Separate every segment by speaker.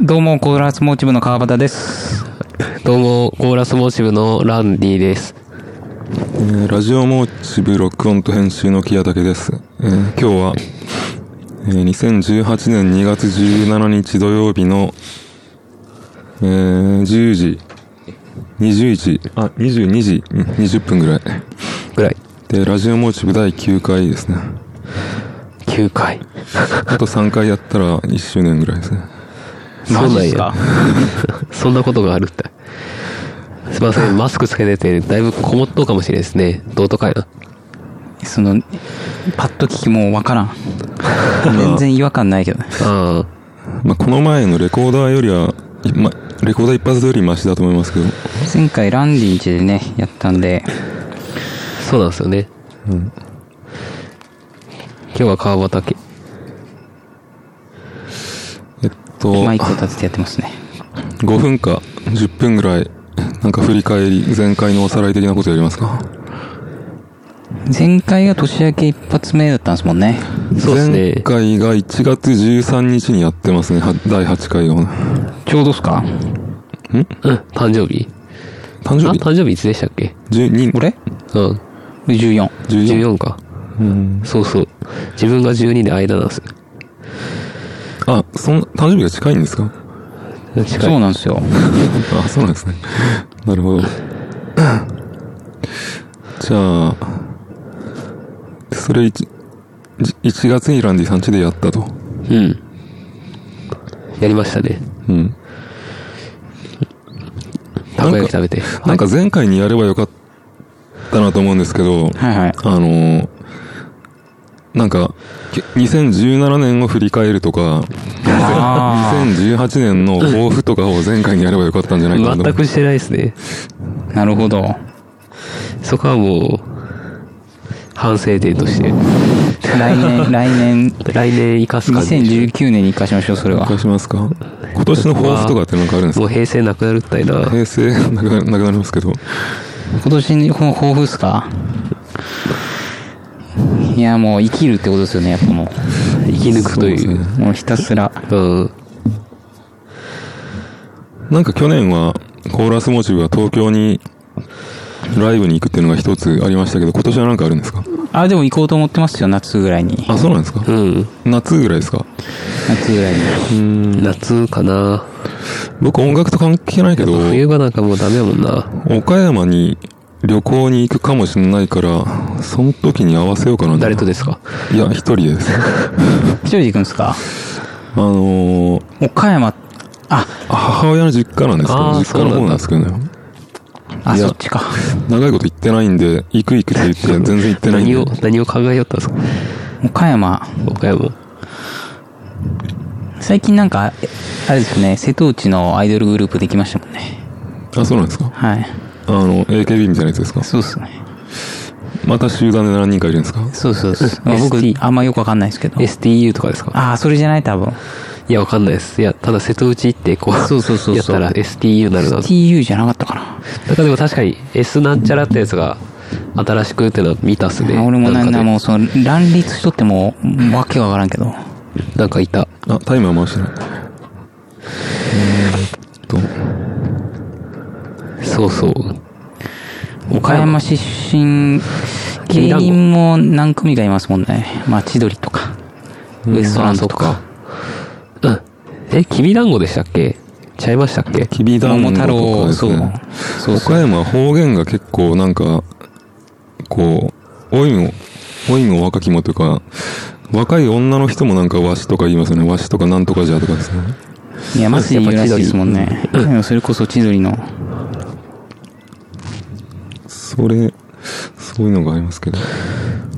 Speaker 1: どうも、コーラスモーチブの川端です。
Speaker 2: どうも、コーラスモーシブのランディです。
Speaker 3: えーラジオモーチブ録音と編集の木谷武です。えー今日は、えー2018年2月17日土曜日の、えー10時、21時、あ、22時、うん20分ぐらい。
Speaker 2: ぐらい。
Speaker 3: で、ラジオモーチブ第9回ですね。
Speaker 2: 9回。
Speaker 3: あと3回やったら1周年ぐらいですね。
Speaker 2: そうなんや。 そんなことがあるって。すいません、マスクつけてて、だいぶこもっとうかもしれないですね。どうとかやな。
Speaker 1: その、パッと聞きもうわからん。全然違和感ないけどね。
Speaker 2: あ
Speaker 3: まあ、この前のレコーダーよりは、いま、レコーダー一発よりマシだと思いますけど、
Speaker 1: 前回ランディンチでね、やったんで、
Speaker 2: あ、そうなんですよね。今日は川端家。
Speaker 3: えっと、
Speaker 1: マイクを立ててやってますね。
Speaker 3: 5分か10分ぐらい、なんか振り返り、前回のおさらい的なことやりますか
Speaker 1: 前回が年明け一発目だったんですもんね。
Speaker 2: そうですね
Speaker 3: 前回が1月13日にやってますね、は第8回を。ん
Speaker 1: ちょうどっすか
Speaker 2: うん、誕生日。
Speaker 3: 誕生
Speaker 2: あ、
Speaker 3: 日
Speaker 2: 誕生日いつでしたっけ
Speaker 3: ?12、
Speaker 1: 俺
Speaker 2: うん。
Speaker 1: ?14。
Speaker 3: 14
Speaker 2: 14か。
Speaker 3: うん。
Speaker 2: そうそう。自分が12で間なんです
Speaker 3: あ、そん、誕生日が近いんですか
Speaker 2: よ。近
Speaker 1: そう
Speaker 2: い。
Speaker 1: なんですよ。
Speaker 3: あ、そうなんですね。 なるほど。 じゃあ、それ 1, 1月にランディさん家でやったと。
Speaker 2: うん。やりましたね。
Speaker 3: うん。
Speaker 2: たこ焼き食べて。
Speaker 3: なんか前回にやればよかったなと思うんですけ
Speaker 1: はい
Speaker 3: ど、
Speaker 1: はい。
Speaker 3: あのーなんか、け2017年を振り返るとか、
Speaker 1: あ
Speaker 3: 2018年の抱負とかを前回にやればよかったんじゃないかなと思
Speaker 2: 全くしてないですね。
Speaker 1: あ、なるほど。
Speaker 2: そこはもう、反省点として。
Speaker 1: 来年、来年、
Speaker 2: 来年生かす感じ。
Speaker 1: 2019年に活かしましょう、それは
Speaker 3: う。。しますか今年の抱負とかってなんかあるんです
Speaker 2: も
Speaker 3: か
Speaker 2: う平成なくなるったいな。
Speaker 3: 平成なくななくなりますけど。
Speaker 1: 今年にこの抱負っすかいや、もう生きるってことですよね、やっぱもう。
Speaker 2: 生き抜くとい
Speaker 3: そう
Speaker 2: う。
Speaker 3: です
Speaker 1: もうひたすら。
Speaker 2: うん。
Speaker 3: なんか去年は、コーラスモチブが東京にライブに行くっていうのが一つありましたけど、今年はなんかあるんですか
Speaker 1: あ、でも行こうと思ってますよ、夏ぐらいに。
Speaker 3: あ、そうなんですか
Speaker 2: うん。
Speaker 3: 夏ぐらいですか
Speaker 1: 夏ぐらいに。
Speaker 2: 夏かな。
Speaker 3: 僕音楽と関係ないけど、
Speaker 2: 冬場なんかもうダメやもんな。
Speaker 3: 岡山に旅行に行くかもしれないから、その時に合わせようかな。
Speaker 2: 誰とですか
Speaker 3: いや、一人 です。あ
Speaker 1: 一人で行くんですか
Speaker 3: のー、
Speaker 1: 岡山、あ、
Speaker 3: 母親の実家なんですけ
Speaker 2: あー
Speaker 3: ど、実家の方なんですけどね。
Speaker 1: あ、
Speaker 3: いや
Speaker 1: そっちか。
Speaker 3: 長いこと行ってないんで、行く行くって言って、全然行ってないん
Speaker 2: 何を、
Speaker 3: で。
Speaker 2: 何を考えよったんですか
Speaker 1: 岡山。
Speaker 2: 岡山。
Speaker 1: 最近なんか、えあれですよね、瀬戸内のアイドルグループできましたもんね。
Speaker 3: あ、そうなんですか
Speaker 1: はい。
Speaker 3: あの、AKB みたいなやつですか
Speaker 1: そうっすね。
Speaker 3: また集団で何人かいるんですか
Speaker 1: そうそうそう。まあ、僕
Speaker 2: ST、
Speaker 1: あんまよくわかんないですけど。
Speaker 2: STU とかですか
Speaker 1: あ、それじゃない、多分。
Speaker 2: いや、わかんないです。いや、ただ瀬戸内行って、こう、
Speaker 1: そうそうそうそう
Speaker 2: やったら STU になるな。
Speaker 1: TU じゃなかったかな。
Speaker 2: なんかでも確かに S なんちゃらってやつが新しくってのは見たっすね。
Speaker 1: あ俺もなん
Speaker 2: か
Speaker 1: だ、
Speaker 2: で
Speaker 1: もうその、乱立しとっても、わけわからんけど。
Speaker 2: なんかいた。
Speaker 3: あ、タイムは回してない。えーっと、
Speaker 2: そうそう。
Speaker 1: 岡山出身、芸人も何組かいますもんね。まあ、千鳥とか、ウエストランドとか、
Speaker 2: うん。え、きびだんごでしたっけちゃいましたっけ
Speaker 3: きびだんご
Speaker 1: 桃
Speaker 3: と
Speaker 1: 太
Speaker 3: か
Speaker 1: 郎、
Speaker 3: で
Speaker 1: そ
Speaker 3: す
Speaker 1: う
Speaker 3: ね。。
Speaker 1: そうそう。
Speaker 3: 岡山は方言が結構なんか、こう、老いも、老いも若きもというか、若い女の人もなんかわしとか言いますよね。わしとかなんとかじゃとかですね。
Speaker 1: いや、マジでいるらしいですもんね。でもそれこそ千鳥の。
Speaker 3: それ、そういうのがありますけど。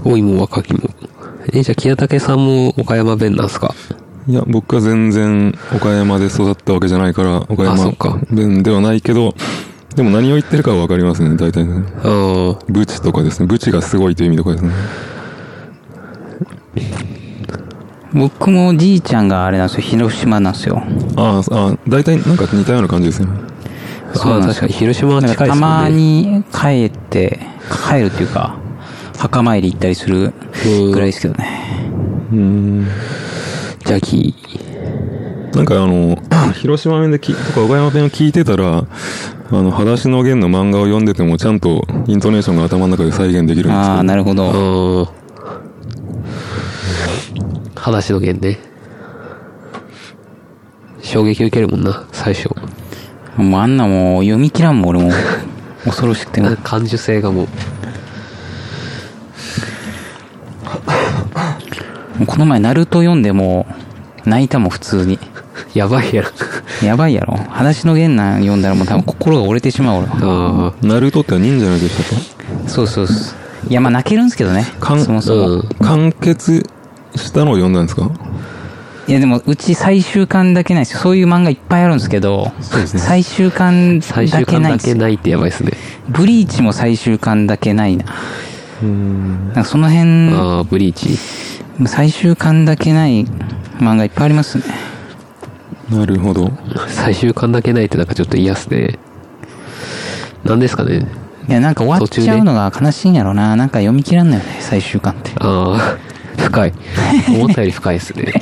Speaker 2: 老いも若きも。え、じゃあ、清武さんも岡山弁なんすか
Speaker 3: いや、僕は全然岡山で育ったわけじゃないから、岡
Speaker 2: あそ
Speaker 3: 山
Speaker 2: っか
Speaker 3: 弁ではないけど、でも何を言ってるかはわかりますね、大体ね。
Speaker 2: うん。
Speaker 3: ブチとかですね。ブチがすごいという意味とかですね。
Speaker 1: 僕もじいちゃんがあれなんですよ、広島なんですよ。
Speaker 3: ああ、ああ、大体なんか似たような感じですね。
Speaker 1: そうなん
Speaker 2: あ
Speaker 1: ですよ
Speaker 2: 確かに広島は
Speaker 1: だ
Speaker 2: 近い
Speaker 1: か
Speaker 2: で
Speaker 1: ら
Speaker 2: すよ
Speaker 1: た
Speaker 2: ね。
Speaker 1: まに帰って、帰るっていうか、墓参り行ったりするぐらいですけどね。
Speaker 3: うーん。
Speaker 2: じゃあ、き、
Speaker 3: なんかあの、 広島弁できとか岡山弁を聞いてたら、あの、裸足の弦の漫画を読んでても、ちゃんとイントネーションが頭の中で再現できるんです
Speaker 1: ああ、
Speaker 3: けど、
Speaker 1: なるほ
Speaker 2: う
Speaker 1: ど。
Speaker 2: ん。話の弦ね。衝撃受けるもんな、最初。
Speaker 1: もうあんなもう読み切らんもん、俺も。恐ろしくても。
Speaker 2: 感受性がもう。
Speaker 1: この前、ナルト読んでも、泣いたもん、普通に。
Speaker 2: やばいやん。
Speaker 1: やばいやろ。裸足の弦なん読んだらもう多分心が折れてしまう、俺は。
Speaker 2: あ
Speaker 3: ナルトって忍者のでした
Speaker 1: そうそうそう。いや、まあ泣けるんですけどね。
Speaker 3: かん
Speaker 1: そも
Speaker 2: あ。
Speaker 1: そうも。
Speaker 2: ん。
Speaker 3: か完結したのを読んだんですか
Speaker 1: いや、でも、うち最終巻だけないですよ。そういう漫画いっぱいあるんですけど、最終巻
Speaker 2: 最終
Speaker 1: だけ
Speaker 2: 巻
Speaker 1: ない
Speaker 2: だ
Speaker 1: んです
Speaker 2: け
Speaker 1: よ。
Speaker 2: ないってやばいっすね。
Speaker 1: ブリーチも最終巻だけないな。なんかその辺、
Speaker 2: ああ、ブリーチ。
Speaker 1: 最終巻だけない漫画いっぱいありますね。
Speaker 3: なるほど。
Speaker 2: 最終巻だけないってなんかちょっと嫌っすね。なんですかね。
Speaker 1: いや、なんか終わっちゃうのが悲しいんやろな。なんか読み切らんのよね、最終巻って。
Speaker 2: ああ、深い。思ったより深いっすね。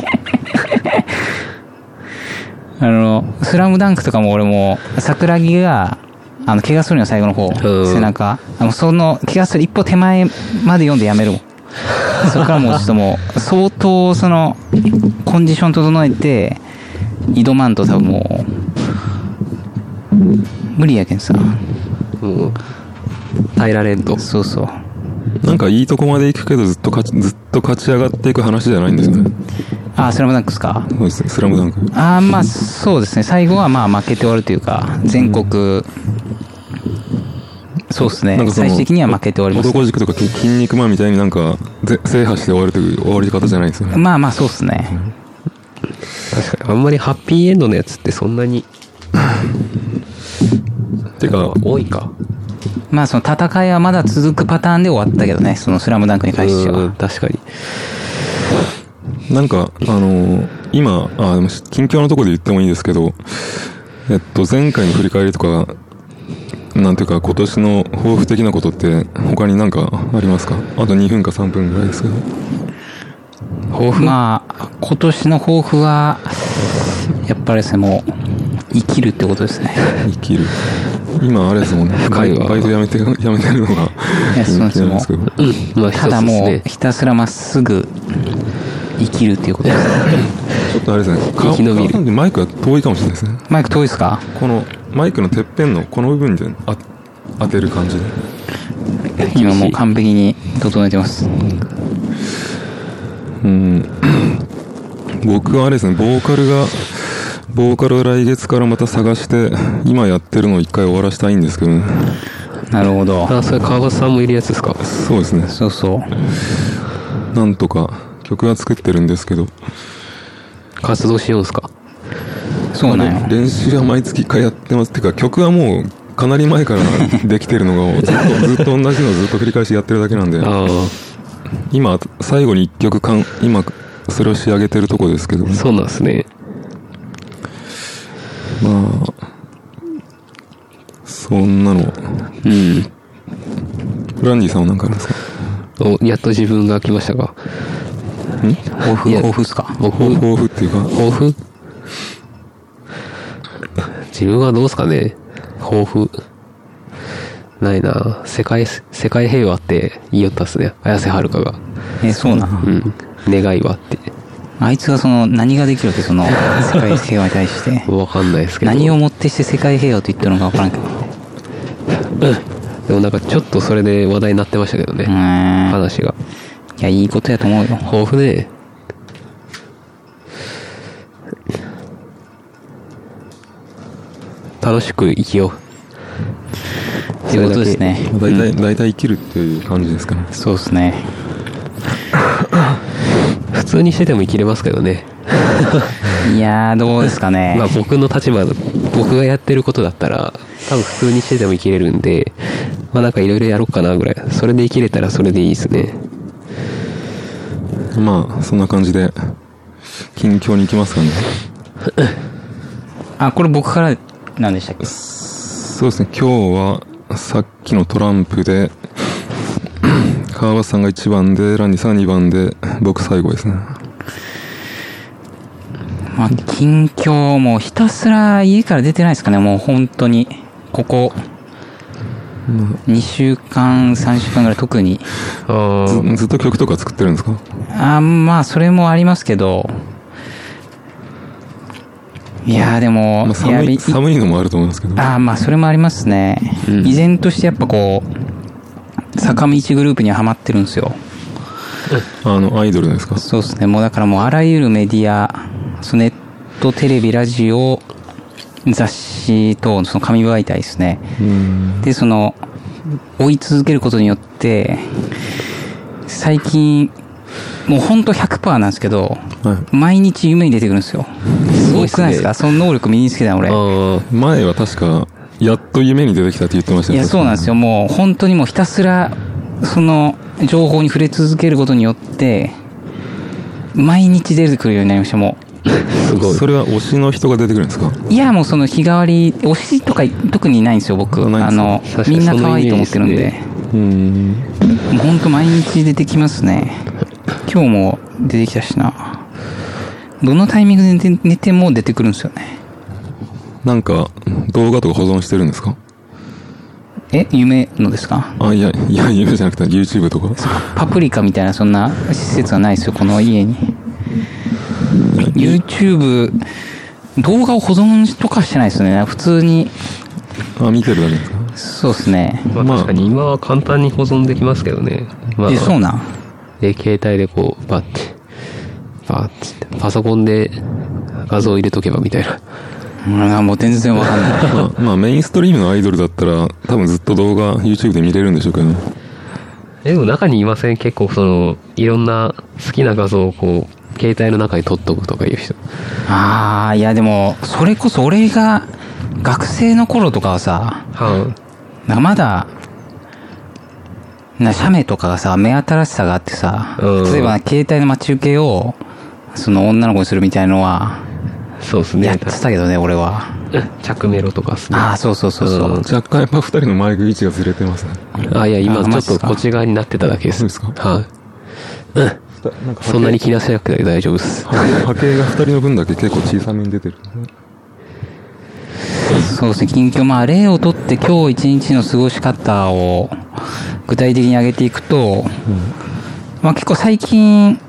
Speaker 1: あの、スラムダンクとかも俺も、桜木が、あの、怪我するの最後の方、
Speaker 2: ん
Speaker 1: 背中。あの、その、怪我する一歩手前まで読んでやめるもん。 そこからもうちょっともう、相当、その、コンディション整えて、挑まんと多分もう、無理やけんさ。
Speaker 2: もう、耐えられんと。
Speaker 1: そうそう。
Speaker 3: なんかいいとこまで行くけど、ずっと勝ち、ずっと勝ち上がっていく話じゃないんですよね。
Speaker 1: あ、スラムダンクっすか
Speaker 3: そうですね、スラムダンク。
Speaker 1: あーまあそうですね最後はまあ負けて終わるというか全国そうです
Speaker 3: なん
Speaker 1: ね
Speaker 3: かその
Speaker 1: 最終的には負けて終わります
Speaker 3: 男軸とかき筋肉マンみたいになんか、ぜ制覇して終わるという終わり方じゃないんですよね。
Speaker 1: まあまあそうですね
Speaker 2: 確かに。あんまりハッピーエンドのやつってそんなに
Speaker 3: てか、
Speaker 2: 多いか。
Speaker 1: まあその戦いはまだ続くパターンで終わったけどねその「スラムダンクに関して
Speaker 2: うん、
Speaker 1: は
Speaker 2: 確かに。
Speaker 3: なんか、あのー今、あ、でも、近況のところで言ってもいいですけど、えっと、前回の振り返りとか、なんていうか、今年の抱負的なことって、他になんかありますかあと2分か3分ぐらいですけど。
Speaker 2: 抱負
Speaker 1: まあ今年の抱負はやっぱりですねもう生きるってことですね
Speaker 3: 生きる。今、あれですもんね。
Speaker 2: 深いわ
Speaker 3: バイトやめて、やめてるのが、
Speaker 1: いやそうなんですよ
Speaker 3: なんですけど。
Speaker 2: うん、まあ一つ
Speaker 1: た
Speaker 2: で
Speaker 1: だ
Speaker 2: す
Speaker 1: も
Speaker 2: ね
Speaker 1: う。ひたすらまっすぐ生きるっていうことです
Speaker 3: ちょっとあれですね。顔
Speaker 2: 生き延びる
Speaker 3: 顔なんでマイクが遠いかもしれないですね。
Speaker 1: マイク遠いですか
Speaker 3: このマイクのてっぺんのこの部分であ当てる感じで
Speaker 1: 今もう完璧に整えてます
Speaker 3: うん僕はあれですねボーカルがボーカルを来月からまた探して今やってるのを一回終わらしたいんですけどね
Speaker 1: なるほど
Speaker 2: あ、それ川端さんもいるやつですか。
Speaker 3: そうですね
Speaker 1: そうそう
Speaker 3: なんとか曲は作ってるんですけど
Speaker 2: 活動しようんすか。
Speaker 1: そうなんよ。
Speaker 3: 練習は毎月一回やってますてか曲はもうかなり前から できてるのがずっとずっと同じのをずっと繰り返しやってるだけなんで
Speaker 2: あ
Speaker 3: 今最後に一曲かん今それを仕上げてるとこですけど
Speaker 2: あ、そうなんですね。
Speaker 3: まあ、そんなの。
Speaker 2: うん。
Speaker 3: ランディさんは何かあるんですか
Speaker 2: お、やっと自分が来ましたか。
Speaker 1: 抱負、
Speaker 2: いや
Speaker 1: 抱負っすか
Speaker 2: 僕、
Speaker 3: 抱負っていうか、
Speaker 2: 抱負自分はどうですかね抱負。ないな世界、世界平和って言いよったっすね。綾瀬はるかが。
Speaker 1: え、そうなん。
Speaker 2: うん。願いはって。
Speaker 1: あいつがその、何ができるわけその、世界平和に対して。
Speaker 2: わかんないですけど。
Speaker 1: 何をもってして世界平和と言ってるのかわからんけど。
Speaker 2: でもなんかちょっとそれで話題になってましたけど
Speaker 1: う
Speaker 2: ね。
Speaker 1: ーん。
Speaker 2: 話が。
Speaker 1: いや、いいことやと思うよ。
Speaker 2: 抱負ね。楽しく生きよう。
Speaker 1: そういうことですね。
Speaker 3: 大体、大体生きるっていう感じですかね。
Speaker 1: そうですね。
Speaker 2: 普通にしてても生きれますけどね。
Speaker 1: いやー、どうですかね
Speaker 2: まあ。僕の立場、僕がやってることだったら、多分普通にしてても生きれるんで、まあなんかいろいろやろうかなぐらい。それで生きれたらそれでいいですね。
Speaker 3: まあ、そんな感じで、近況に行きますかね。
Speaker 1: あ、これ僕から、何でしたっけ
Speaker 3: そうですね、今日は、さっきのトランプで、 川端さんが1番で、ランディさんが2番で、僕最後ですね。
Speaker 1: まあ、近況もひたすら家から出てないですかね、もう本当に。ここ、2週間、3週間ぐらい特に。
Speaker 2: あー
Speaker 3: ずずっと曲とか作ってるんですか
Speaker 1: あまあ、それもありますけど。いやーでも、
Speaker 3: まあ、
Speaker 1: や
Speaker 3: 寒
Speaker 1: べ
Speaker 3: い、寒いのもあると思うんですけど。
Speaker 1: ああ、まあ、それもありますね。
Speaker 2: うん
Speaker 1: 依然としてやっぱこう、坂道グループにはまってるんですよ。
Speaker 3: あの、アイドルですか
Speaker 1: そうですね。もうだからもうあらゆるメディア、そのネット、テレビ、ラジオ、雑誌等、その紙媒体ですね。
Speaker 3: うん。
Speaker 1: で、その、追い続けることによって、最近、もうほんと100%なんですけど、
Speaker 3: は
Speaker 1: 毎日夢に出てくるんですよ。すごくないですかその能力身につけたの俺。
Speaker 2: あ
Speaker 3: い。前は確か、やっと夢に出てきたって言ってました
Speaker 1: いや、そうなんです
Speaker 3: よ。
Speaker 1: よ。もう、本当にもうひたすら、その、情報に触れ続けることによって、毎日出てくるようになりました、も
Speaker 2: ーすごい。
Speaker 3: それは推しの人が出てくるんですか
Speaker 1: う。いや、もうその日替わり、推しとか特にないんですよ、僕。
Speaker 3: あないんで
Speaker 1: あ
Speaker 3: すか
Speaker 1: の
Speaker 2: 確、かに
Speaker 1: みんな可愛いと思ってるんで。
Speaker 3: うん。
Speaker 1: もう本当毎日出てきますね。今日も出てきたしな。どのタイミングで寝て寝ても出てくるんですよね。
Speaker 3: なんか、動画とか保存してるんですか
Speaker 1: え夢のですか
Speaker 3: あ、いや、いや、夢じゃなくて YouTube とか。
Speaker 1: パプリカみたいなそんな施設はないですよ、この家に。YouTube、動画を保存とかしてないですよね。普通に、
Speaker 3: あ、見てるだけですか
Speaker 1: そうですね。
Speaker 2: まあ
Speaker 3: まあ
Speaker 2: 確かに今は簡単に保存できますけどね。まあ
Speaker 1: え、、そうなん
Speaker 2: で、携帯でこう、バッて、バッてって、パソコンで画像を入れとけばみたい
Speaker 1: う
Speaker 2: な。
Speaker 1: んあもう全然わかんない。
Speaker 3: まあ、まあ、メインストリームのアイドルだったら、多分ずっと動画、YouTube で見れるんでしょうけどね。
Speaker 2: え、でも中にいません結構その、いろんな好きな画像をこう、携帯の中に撮っとくとかいう人。
Speaker 1: ああ、いやでも、それこそ俺が学生の頃とかはさ、
Speaker 2: は
Speaker 1: なんかまだ、な、写メとかがさ、目新しさがあってさ、
Speaker 2: うん
Speaker 1: 例えば携帯の待ち受けを、その女の子にするみたいのは、
Speaker 2: い。そうです
Speaker 1: やっ
Speaker 2: ね。
Speaker 1: てたけどね、俺は。
Speaker 2: 着メロとかですね。
Speaker 1: ああ、そうそうそうそう。
Speaker 2: うん
Speaker 3: 若干やっぱ二人のマイク位置がずれてますね。
Speaker 2: あ、いや、今
Speaker 1: あ
Speaker 2: ち
Speaker 1: マ
Speaker 2: ょっ
Speaker 1: ジっす
Speaker 2: と
Speaker 1: か
Speaker 2: こっち側になってただけです。
Speaker 3: そうですか
Speaker 2: はい。うん。
Speaker 3: なん
Speaker 2: そんなに気なせなくて大丈夫です。
Speaker 3: 波形が二人の分だけ結構小さめに出てる。
Speaker 1: そうですね、近況、まあ、例をとって今日一日の過ごし方を具体的に上げていくと、まあ結構最近、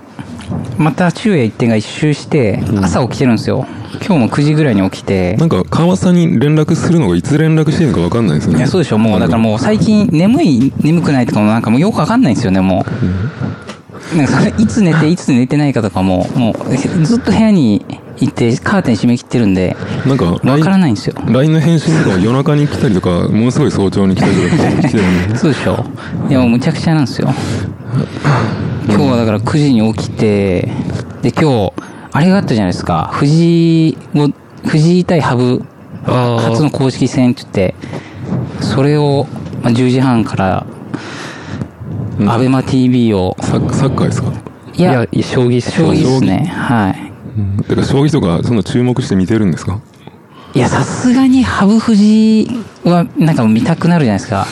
Speaker 1: また昼夜一点が一周して、朝起きてるんですよ。今日も9時ぐらいに起きて、
Speaker 3: なんか、川端さんに連絡するのがいつ連絡していいのかわかんないですよ
Speaker 1: い
Speaker 3: ね。
Speaker 1: や、そうでしょ、もう、だからもう最近、眠い、眠くないとかもなんかもうよくわかんないんですよね、もう。なんかそれ、いつ寝て、いつ寝てないかとかも、もう、ずっと部屋にいて、カーテン閉め切ってるんで、
Speaker 3: なんか、
Speaker 1: わから
Speaker 3: LINE
Speaker 1: ないんですよ。
Speaker 3: LINE の返信とかも夜中に来たりとか、ものすごい早朝に来たりとかしてるんで。
Speaker 1: そうでしょいや、もうむちゃくちゃなんですよ。今日はだから9時に起きて、で、今日、あれがあったじゃないですか、藤井を、藤井対羽
Speaker 2: あ
Speaker 1: 生、
Speaker 2: ー
Speaker 1: 初の公式戦って言って、それを、まあ、10時半から、 アベマ t v を、
Speaker 3: サッサッカーですか
Speaker 1: いや、
Speaker 2: 将棋、
Speaker 1: 将棋ですね。はい。
Speaker 3: てか、将棋とか、そんな注目して見てるんですか
Speaker 1: いや、さすがに羽生藤井は、なんかもう見たくなるじゃないですか。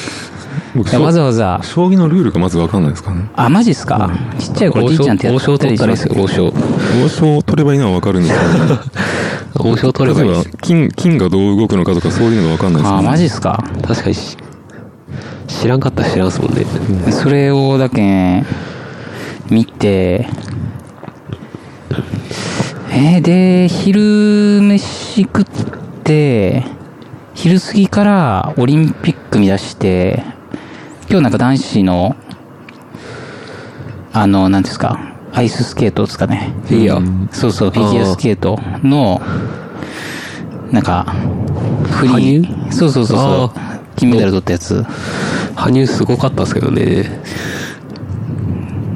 Speaker 3: 僕
Speaker 1: いやわざわざ、
Speaker 3: 将棋のルールがまずわかんないですからね。
Speaker 1: あ、マジっすか、ちっちゃい頃、
Speaker 2: 王
Speaker 1: じい
Speaker 2: 将
Speaker 1: ちゃんってや
Speaker 2: 王
Speaker 1: っ
Speaker 2: 将
Speaker 1: た
Speaker 2: 取
Speaker 1: り
Speaker 2: っ
Speaker 1: したま
Speaker 2: ですすよ、王将。
Speaker 3: 王将を取ればいいのはわかるんですけど、
Speaker 2: 王将取ればい
Speaker 3: 例
Speaker 2: い
Speaker 3: え
Speaker 2: で
Speaker 3: ば
Speaker 2: す。
Speaker 3: 金、金がどう動くのかとかそういうのがわかんないです
Speaker 1: あ、マ
Speaker 3: ね
Speaker 1: ジっすか
Speaker 2: 確かにし知らんかったら知らんすもんね。
Speaker 1: それを、だけん、見て、えーで、昼飯食って、昼過ぎからオリンピック見出して、今日なんか男子の、あの、なんていうんですか、アイススケートですかね。
Speaker 2: フィギュア
Speaker 1: そうそう、フィギュアスケートの、なんか、フリー、そうそうそうそ
Speaker 2: あ
Speaker 1: う、金メダル取ったやつ。
Speaker 2: 羽生すごかったですけどね。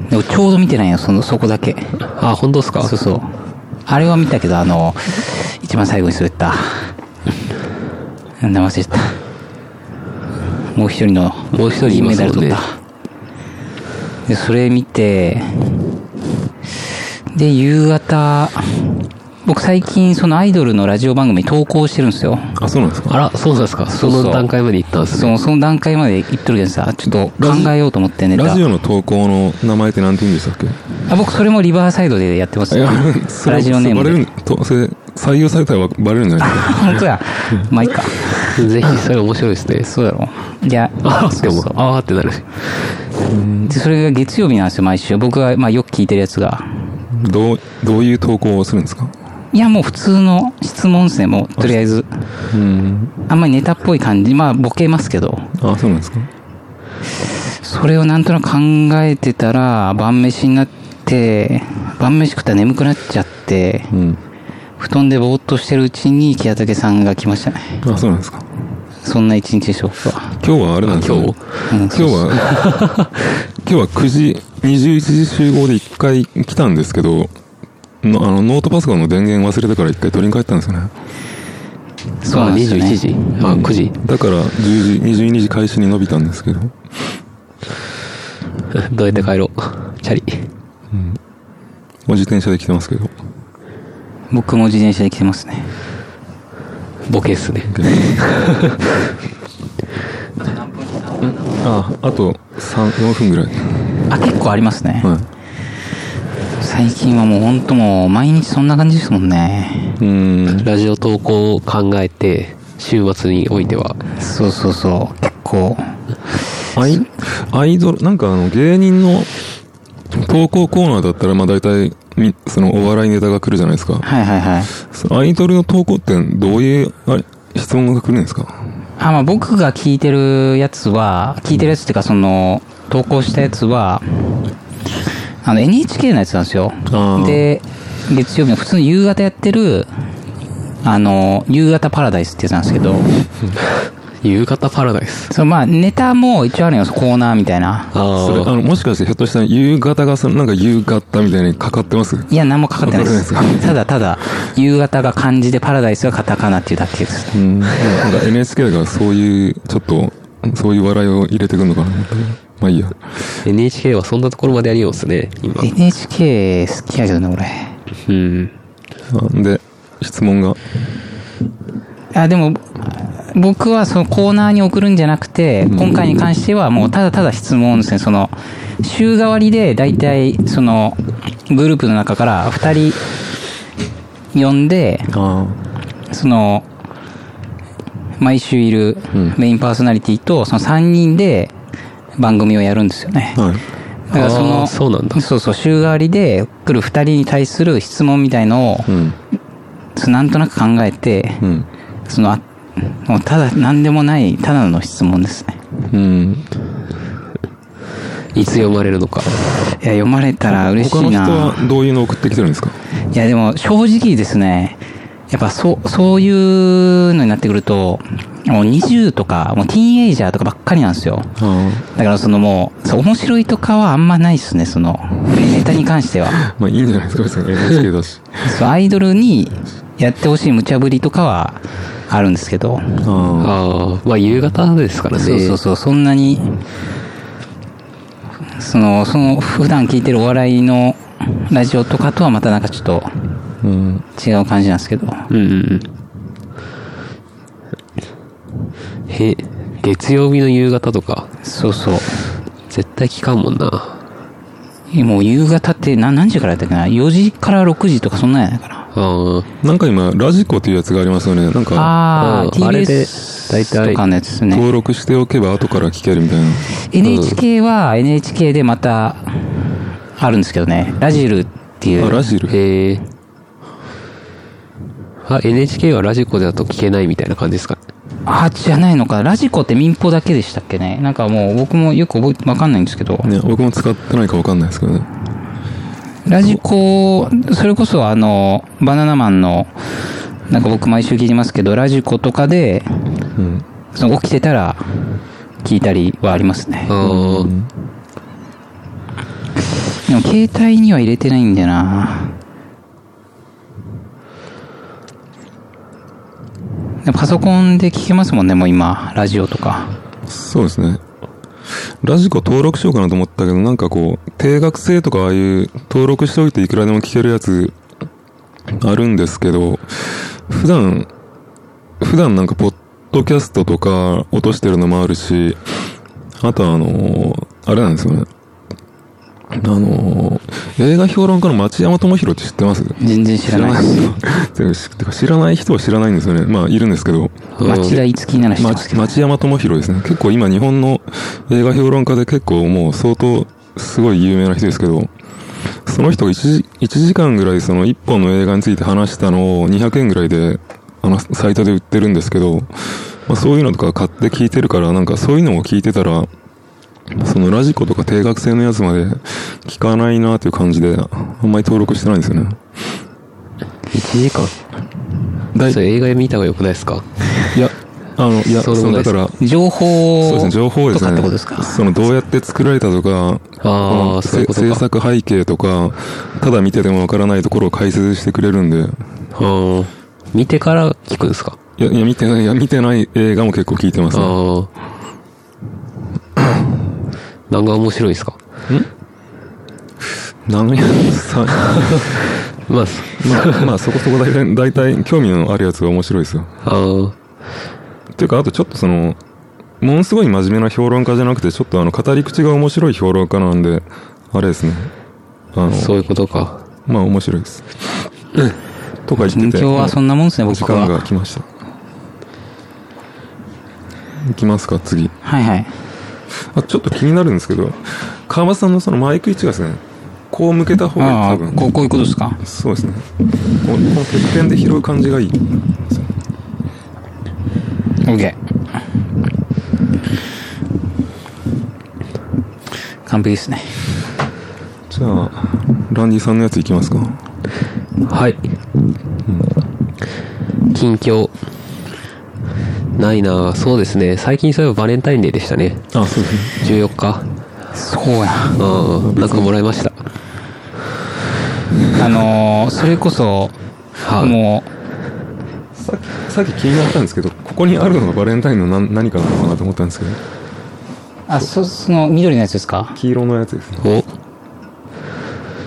Speaker 1: でもちょうど見てないよ、その、そこだけ。
Speaker 2: あ、本当ですか
Speaker 1: そうそう。あれは見たけど、あの、一番最後に滑った。なんだ、忘れてた。もう一人の、
Speaker 2: もう一人い
Speaker 1: 銀
Speaker 2: ま
Speaker 1: メ
Speaker 2: す
Speaker 1: ダル
Speaker 2: もん
Speaker 1: 取っ
Speaker 2: ね
Speaker 1: た。。で、それ見て、で、夕方、僕最近、そのアイドルのラジオ番組に投稿してるんですよ。
Speaker 3: あ、そうなんですか
Speaker 2: あら、そうなんですかそ
Speaker 1: そうそう
Speaker 2: の段階まで行ったんです
Speaker 1: そ
Speaker 2: ね。
Speaker 1: の、その段階まで行っとるけどさ、ちょっと考えようと思ってネタ。
Speaker 3: ラジオの投稿の名前って何て言うんでしたっけ
Speaker 1: あ僕、それもリバーサイドでやってます。
Speaker 3: いや、それ
Speaker 1: ラジオネーム
Speaker 3: バ
Speaker 1: で
Speaker 3: レるんと、それ、採用されたらバレるんじゃない ですか。
Speaker 1: 本当や。まあ、いいか。
Speaker 2: ぜひ、それ面白いですね。
Speaker 1: そうだろう。いや、
Speaker 2: ああっ
Speaker 1: そ
Speaker 2: て
Speaker 1: う
Speaker 2: 思う
Speaker 1: そう。
Speaker 2: ああってなる。
Speaker 1: でそれが月曜日なんですよ、毎週。僕が、まあ、よく聞いてるやつが。
Speaker 3: どう、どういう投稿をするんですか
Speaker 1: いや、もう普通の質問ですね、もう、とりあえず。
Speaker 3: うん。
Speaker 1: あんまりネタっぽい感じ。まあ、ボケますけど。
Speaker 3: あ、そうなんですか。
Speaker 1: それをなんとなく考えてたら、晩飯になって、晩飯食ったら眠くなっちゃって、
Speaker 3: うん。
Speaker 1: 布団でぼーっとしてるうちに、木竹さんが来ましたね。
Speaker 3: あ、そうなんですか。
Speaker 1: そんな一日でしょうか。
Speaker 3: 今日はあれなんですね
Speaker 2: 今
Speaker 1: う
Speaker 2: 日
Speaker 1: ん
Speaker 3: 今日は、今日は9時、21時集合で1回来たんですけど、のあの、ノートパソコンの電源忘れたから1回取りに帰ったんですよね。
Speaker 1: そうなんですよね
Speaker 2: あ21時。あ、9時。
Speaker 3: だから、10時、22時開始に伸びたんですけど。
Speaker 2: どうやって帰ろう。チャリ。
Speaker 3: まあ自転車で来てますけど。
Speaker 1: 僕も自転車で来てますね。
Speaker 2: ボケっすね。
Speaker 3: あ、あと3、4分ぐらい。
Speaker 1: あ、結構ありますね。
Speaker 3: は
Speaker 1: 最近はもうほんともう、毎日そんな感じですもんね。
Speaker 3: い。うん。
Speaker 2: ラジオ投稿を考えて、週末においては、
Speaker 1: そうそうそう。結構。
Speaker 3: アイ、アイドル、なんかあの、芸人の投稿コーナーだったら、まあ大体、みそのお笑いネタが来るじゃないですか。
Speaker 1: はいはいはい。
Speaker 3: アイドルの投稿ってどういうあれ質問が来るんですか
Speaker 1: あ、まあ僕が聞いてるやつは、聞いてるやつっていうかその、投稿したやつは、あの NHK のやつなんですよ
Speaker 3: あー。
Speaker 1: で、月曜日の普通に夕方やってる、あの、夕方パラダイスってやつなんですけど、
Speaker 2: 夕方パラダイス。
Speaker 1: そのまあネタも一応あるんですよ、コーナーみたいな。
Speaker 2: あ
Speaker 3: それあ
Speaker 2: あ、
Speaker 3: のもしかしてひょっとしたら夕方がそのなんか夕方みたいにかかってます
Speaker 1: いや、何もかかってないです
Speaker 3: わかんない。
Speaker 1: ただただ、夕方が漢字でパラダイスがカタカナっていうだけです。
Speaker 3: うんなんか NHK だからそういうちょっとそういう笑いを入れてくるのかなと思ったけどまあいいや
Speaker 2: NHK はそんなところまでやりようっすね、今。
Speaker 1: NHK 好きやけどね、俺。
Speaker 2: うん。
Speaker 3: あで質問が
Speaker 1: あでも僕はそのコーナーに送るんじゃなくて今回に関してはもうただただ質問ですねその週替わりで大体そのグループの中から2人呼んで
Speaker 3: あ
Speaker 1: その毎週いる
Speaker 3: うん
Speaker 1: メインパーソナリティとその3人で番組をやるんですよね
Speaker 3: はい
Speaker 1: だからそ
Speaker 2: あ
Speaker 1: の
Speaker 2: ーそうなんだ
Speaker 1: そうそう週替わりで来る2人に対する質問みたいのを
Speaker 3: うん
Speaker 1: そうなんとなく考えて
Speaker 3: うん
Speaker 1: そのあもうただ何でもないただの質問ですね
Speaker 3: うん
Speaker 2: いつ読まれるのか。
Speaker 1: いや読まれたら嬉し
Speaker 3: 他
Speaker 1: い
Speaker 3: の人
Speaker 1: な
Speaker 3: はどういうの送ってきてるんですか
Speaker 1: いやでも正直ですねやっぱそうそういうのになってくるともう20とかもうティーンエイジャーとかばっかりなんですよ
Speaker 3: あ
Speaker 1: だからそのもうそう面白いとかはあんまないっすねそのネタに関しては
Speaker 3: あまあいいんじゃないですか別に NHK だし
Speaker 1: そうアイドルにやってほしい無茶ぶりとかはあるんですけど
Speaker 3: あ
Speaker 2: ああ、まあ夕方ですからね。
Speaker 1: そうそうそう、そんなに、その、その、普段聞いてるお笑いのラジオとかとはまたなんかちょっと
Speaker 3: あうん
Speaker 1: 違う感じなんですけど。
Speaker 2: うんうんうん。へ、月曜日の夕方とか、
Speaker 1: そうそ
Speaker 2: 絶対聞かんもんな。
Speaker 1: う。もう夕方ってな何時からやったっけな ?4 時から6時とかそんなんやないかな。
Speaker 2: あ
Speaker 3: なんか今ラジコというやつがありますよねなんか
Speaker 1: ああ、
Speaker 2: うんあれで
Speaker 1: TBS
Speaker 2: 大体
Speaker 1: とかのやつですね。
Speaker 3: 登録しておけば後から聞けるみたいな
Speaker 1: NHK は NHK でまたあるんですけどね。ラジルってい
Speaker 3: あラ
Speaker 1: う。
Speaker 3: ジル
Speaker 2: あ、へえ。あ、NHK はラジコだと聞けないみたいな感じですか
Speaker 1: あ、じゃないのか。ラジコって民放だけでしたっけね。なんかもう僕もよく覚えて、わかんないんですけど。
Speaker 3: ね、僕も使ってないか分かんないですけどね。
Speaker 1: ラジコ、それこそあの、バナナマンの、なんか僕毎週聞いてますけど、ラジコとかで、
Speaker 3: うん。
Speaker 1: その起きてたら、聞いたりはありますね
Speaker 2: あ。あ、
Speaker 1: でも携帯には入れてないんだよな。でもパソコンで聞けますもんね、もう今、ラジオとか。
Speaker 3: そうですね。ラジコ登録しようかなと思ったけど、なんかこう、定額制とかああいう登録しておいていくらでも聞けるやつあるんですけど、普段、普段なんかポッドキャストとか落としてるのもあるし、あとあのーあれなんですよね。あのー映画評論家の町山智博って知ってます
Speaker 1: 全然知らないです。
Speaker 3: てか 知てか知らない人は知らないんですよね。まあ、いるんですけど。
Speaker 1: 町田樹なら知ってます
Speaker 3: 町
Speaker 1: けど。
Speaker 3: 町山智博ですね。結構今日本の映画評論家で結構もう相当すごい有名な人ですけど、その人が 1, 時間ぐらいその1本の映画について話したのを200円ぐらいで、あの、サイトで売ってるんですけど、まあ、そういうのとか買って聞いてるから、なんかそういうのを聞いてたら、そのラジコとか定額制のやつまで聞かないなという感じで、あんまり登録してないんですよね。
Speaker 2: 1時間
Speaker 3: 大
Speaker 2: それ映画見た方がよくないですか
Speaker 3: いや、あの、いや、
Speaker 2: そ
Speaker 3: そう
Speaker 2: でも
Speaker 3: の
Speaker 2: ない
Speaker 3: だ
Speaker 2: です
Speaker 3: から、
Speaker 1: 情報
Speaker 3: そうですね、情報です
Speaker 1: とかっ
Speaker 3: ね。
Speaker 1: てことですか。
Speaker 3: そのどうやって作られたとか、
Speaker 2: ああ、そういう
Speaker 3: せ
Speaker 2: こと
Speaker 3: 制
Speaker 2: か。
Speaker 3: 作背景とか、ただ見ててもわからないところを解説してくれるんで、
Speaker 2: うん。見てから聞くんですか
Speaker 3: いや、いや、見てない、いや、見てない映画も結構聞いてます、ね。
Speaker 2: ああ。何が面白いですか
Speaker 3: 何や、さ、
Speaker 2: まあ、
Speaker 3: まあ、まあ、そこそこ大体、大体興味のあるやつが面白いですよ。
Speaker 2: あー
Speaker 3: っていうか、あとちょっとその、ものすごい真面目な評論家じゃなくて、ちょっとあの、語り口が面白い評論家なんで、あれですね。あの、
Speaker 2: そういうことか。
Speaker 3: まあ面白い です。とか言って
Speaker 1: 今
Speaker 3: て。
Speaker 1: 日はそんなもんですね、
Speaker 3: お
Speaker 1: 僕
Speaker 3: 時間が
Speaker 1: は。
Speaker 3: 来ました。いきますか、次。
Speaker 1: はいはい。
Speaker 3: あ、ちょっと気になるんですけど、川端さんのそのマイク位置がですね、こう向けた方が
Speaker 1: あ
Speaker 3: 多
Speaker 1: あ、
Speaker 3: 分、
Speaker 1: こうこういうことですか。
Speaker 3: そうですね。こうこのてっぺんで拾う感じがいい。
Speaker 1: OK。完璧ですね。
Speaker 3: じゃあ、ランディさんのやついきますか。
Speaker 2: はい。近況。ないなあそうですね。最近そういえばバレンタインデーでしたね。
Speaker 3: あ、そうですね。
Speaker 2: 14日。
Speaker 1: そうや。
Speaker 2: うん。なんかもらいました。
Speaker 1: あのー、それこそ、
Speaker 2: はい
Speaker 1: も
Speaker 3: さっき、さっき気になったんですけど、ここにあるのがバレンタインの何何かなのかなと思ったんですけど、
Speaker 1: う、あ、そ、その緑のやつですか
Speaker 3: 黄色のやつですね。
Speaker 2: お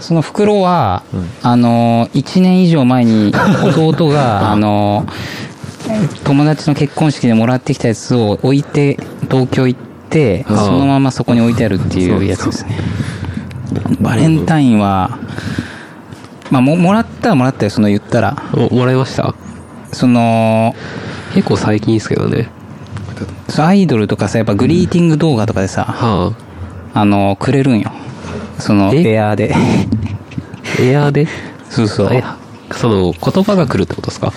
Speaker 1: その袋は、あのー、1年以上前 に弟が、あのー、友達の結婚式でもらってきたやつを置いて、東京行って、そ
Speaker 2: あー
Speaker 1: のままそこに置いてあるっていうやつですね。バレンタインは、まあ、も、もらったらもらったよ、その言ったら。
Speaker 2: ももらいました
Speaker 1: その、
Speaker 2: 結構最近ですけどね。
Speaker 1: そうアイドルとかさ、やっぱグリーティング動画とかでさ、
Speaker 2: は
Speaker 1: あの、くれるんよ。その、
Speaker 2: え
Speaker 1: エアーで。
Speaker 2: あ。エアーで
Speaker 1: そうそう。
Speaker 2: えその、言葉が来るってことですか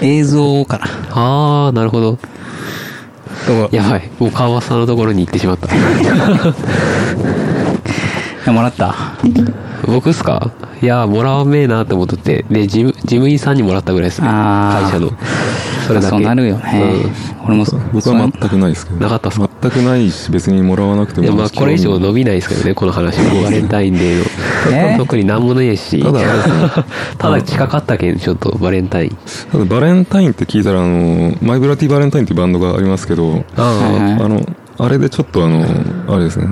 Speaker 1: 映像から。
Speaker 2: ああ、なるほど。
Speaker 1: と
Speaker 2: やばい。もう川端さんのところに行ってしま った。
Speaker 1: かもらった。
Speaker 2: 僕っすかいやー、もらわめえなって思っとって。で、事務、事務員さんにもらったぐらいですね。
Speaker 1: あー
Speaker 2: 会社の。それだけ。
Speaker 1: そうなるよね。俺もそ、
Speaker 3: 僕
Speaker 1: そ
Speaker 3: は
Speaker 1: う
Speaker 3: 全くないですけど。
Speaker 2: なかったっすか
Speaker 3: 全くないし、別にもらわなくて
Speaker 2: うん。
Speaker 3: も。
Speaker 2: いや、まあ、これ以上
Speaker 3: の。
Speaker 2: 伸びないですけどね、この 話。バレンタインデー
Speaker 1: ね
Speaker 2: の。特に何もねえした
Speaker 3: だあれですね、
Speaker 2: ただ近かったけん、ちょっとバレンタイン。
Speaker 3: ただバレンタインって聞いたら、あの、マイブラティバレンタインっていうバンドがありますけど、
Speaker 1: は
Speaker 2: あ
Speaker 1: い
Speaker 3: あの、あれでちょっとあの、あれですね、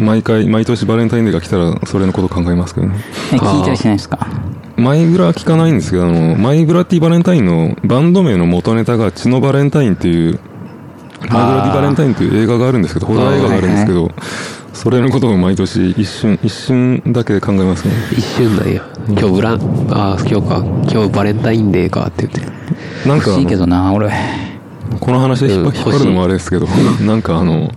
Speaker 3: 毎回、毎年バレンタインデーが来たら、それのこと考えますけどね。
Speaker 1: え聞いたりしないですか
Speaker 3: マイブラは聞かないんですけど、あの、マイブラティバレンタインのバンド名の元ネタが、血のバレンタインっていう、マイブラティバレンタインっていう映画があるんですけど、ホラー映画があるんですけど、それのことを毎年一瞬、一瞬だけ考えますね。
Speaker 2: あ、一瞬なんや。今日ブラン、ああ、今日か。今日バレンタインデーかって言って。
Speaker 3: なん
Speaker 1: 欲
Speaker 3: かあ
Speaker 1: しいけ
Speaker 3: の、
Speaker 1: どな、俺。
Speaker 3: この話で引っ張
Speaker 2: うん
Speaker 3: 引っ張るのもあれですけど、 なんかあの、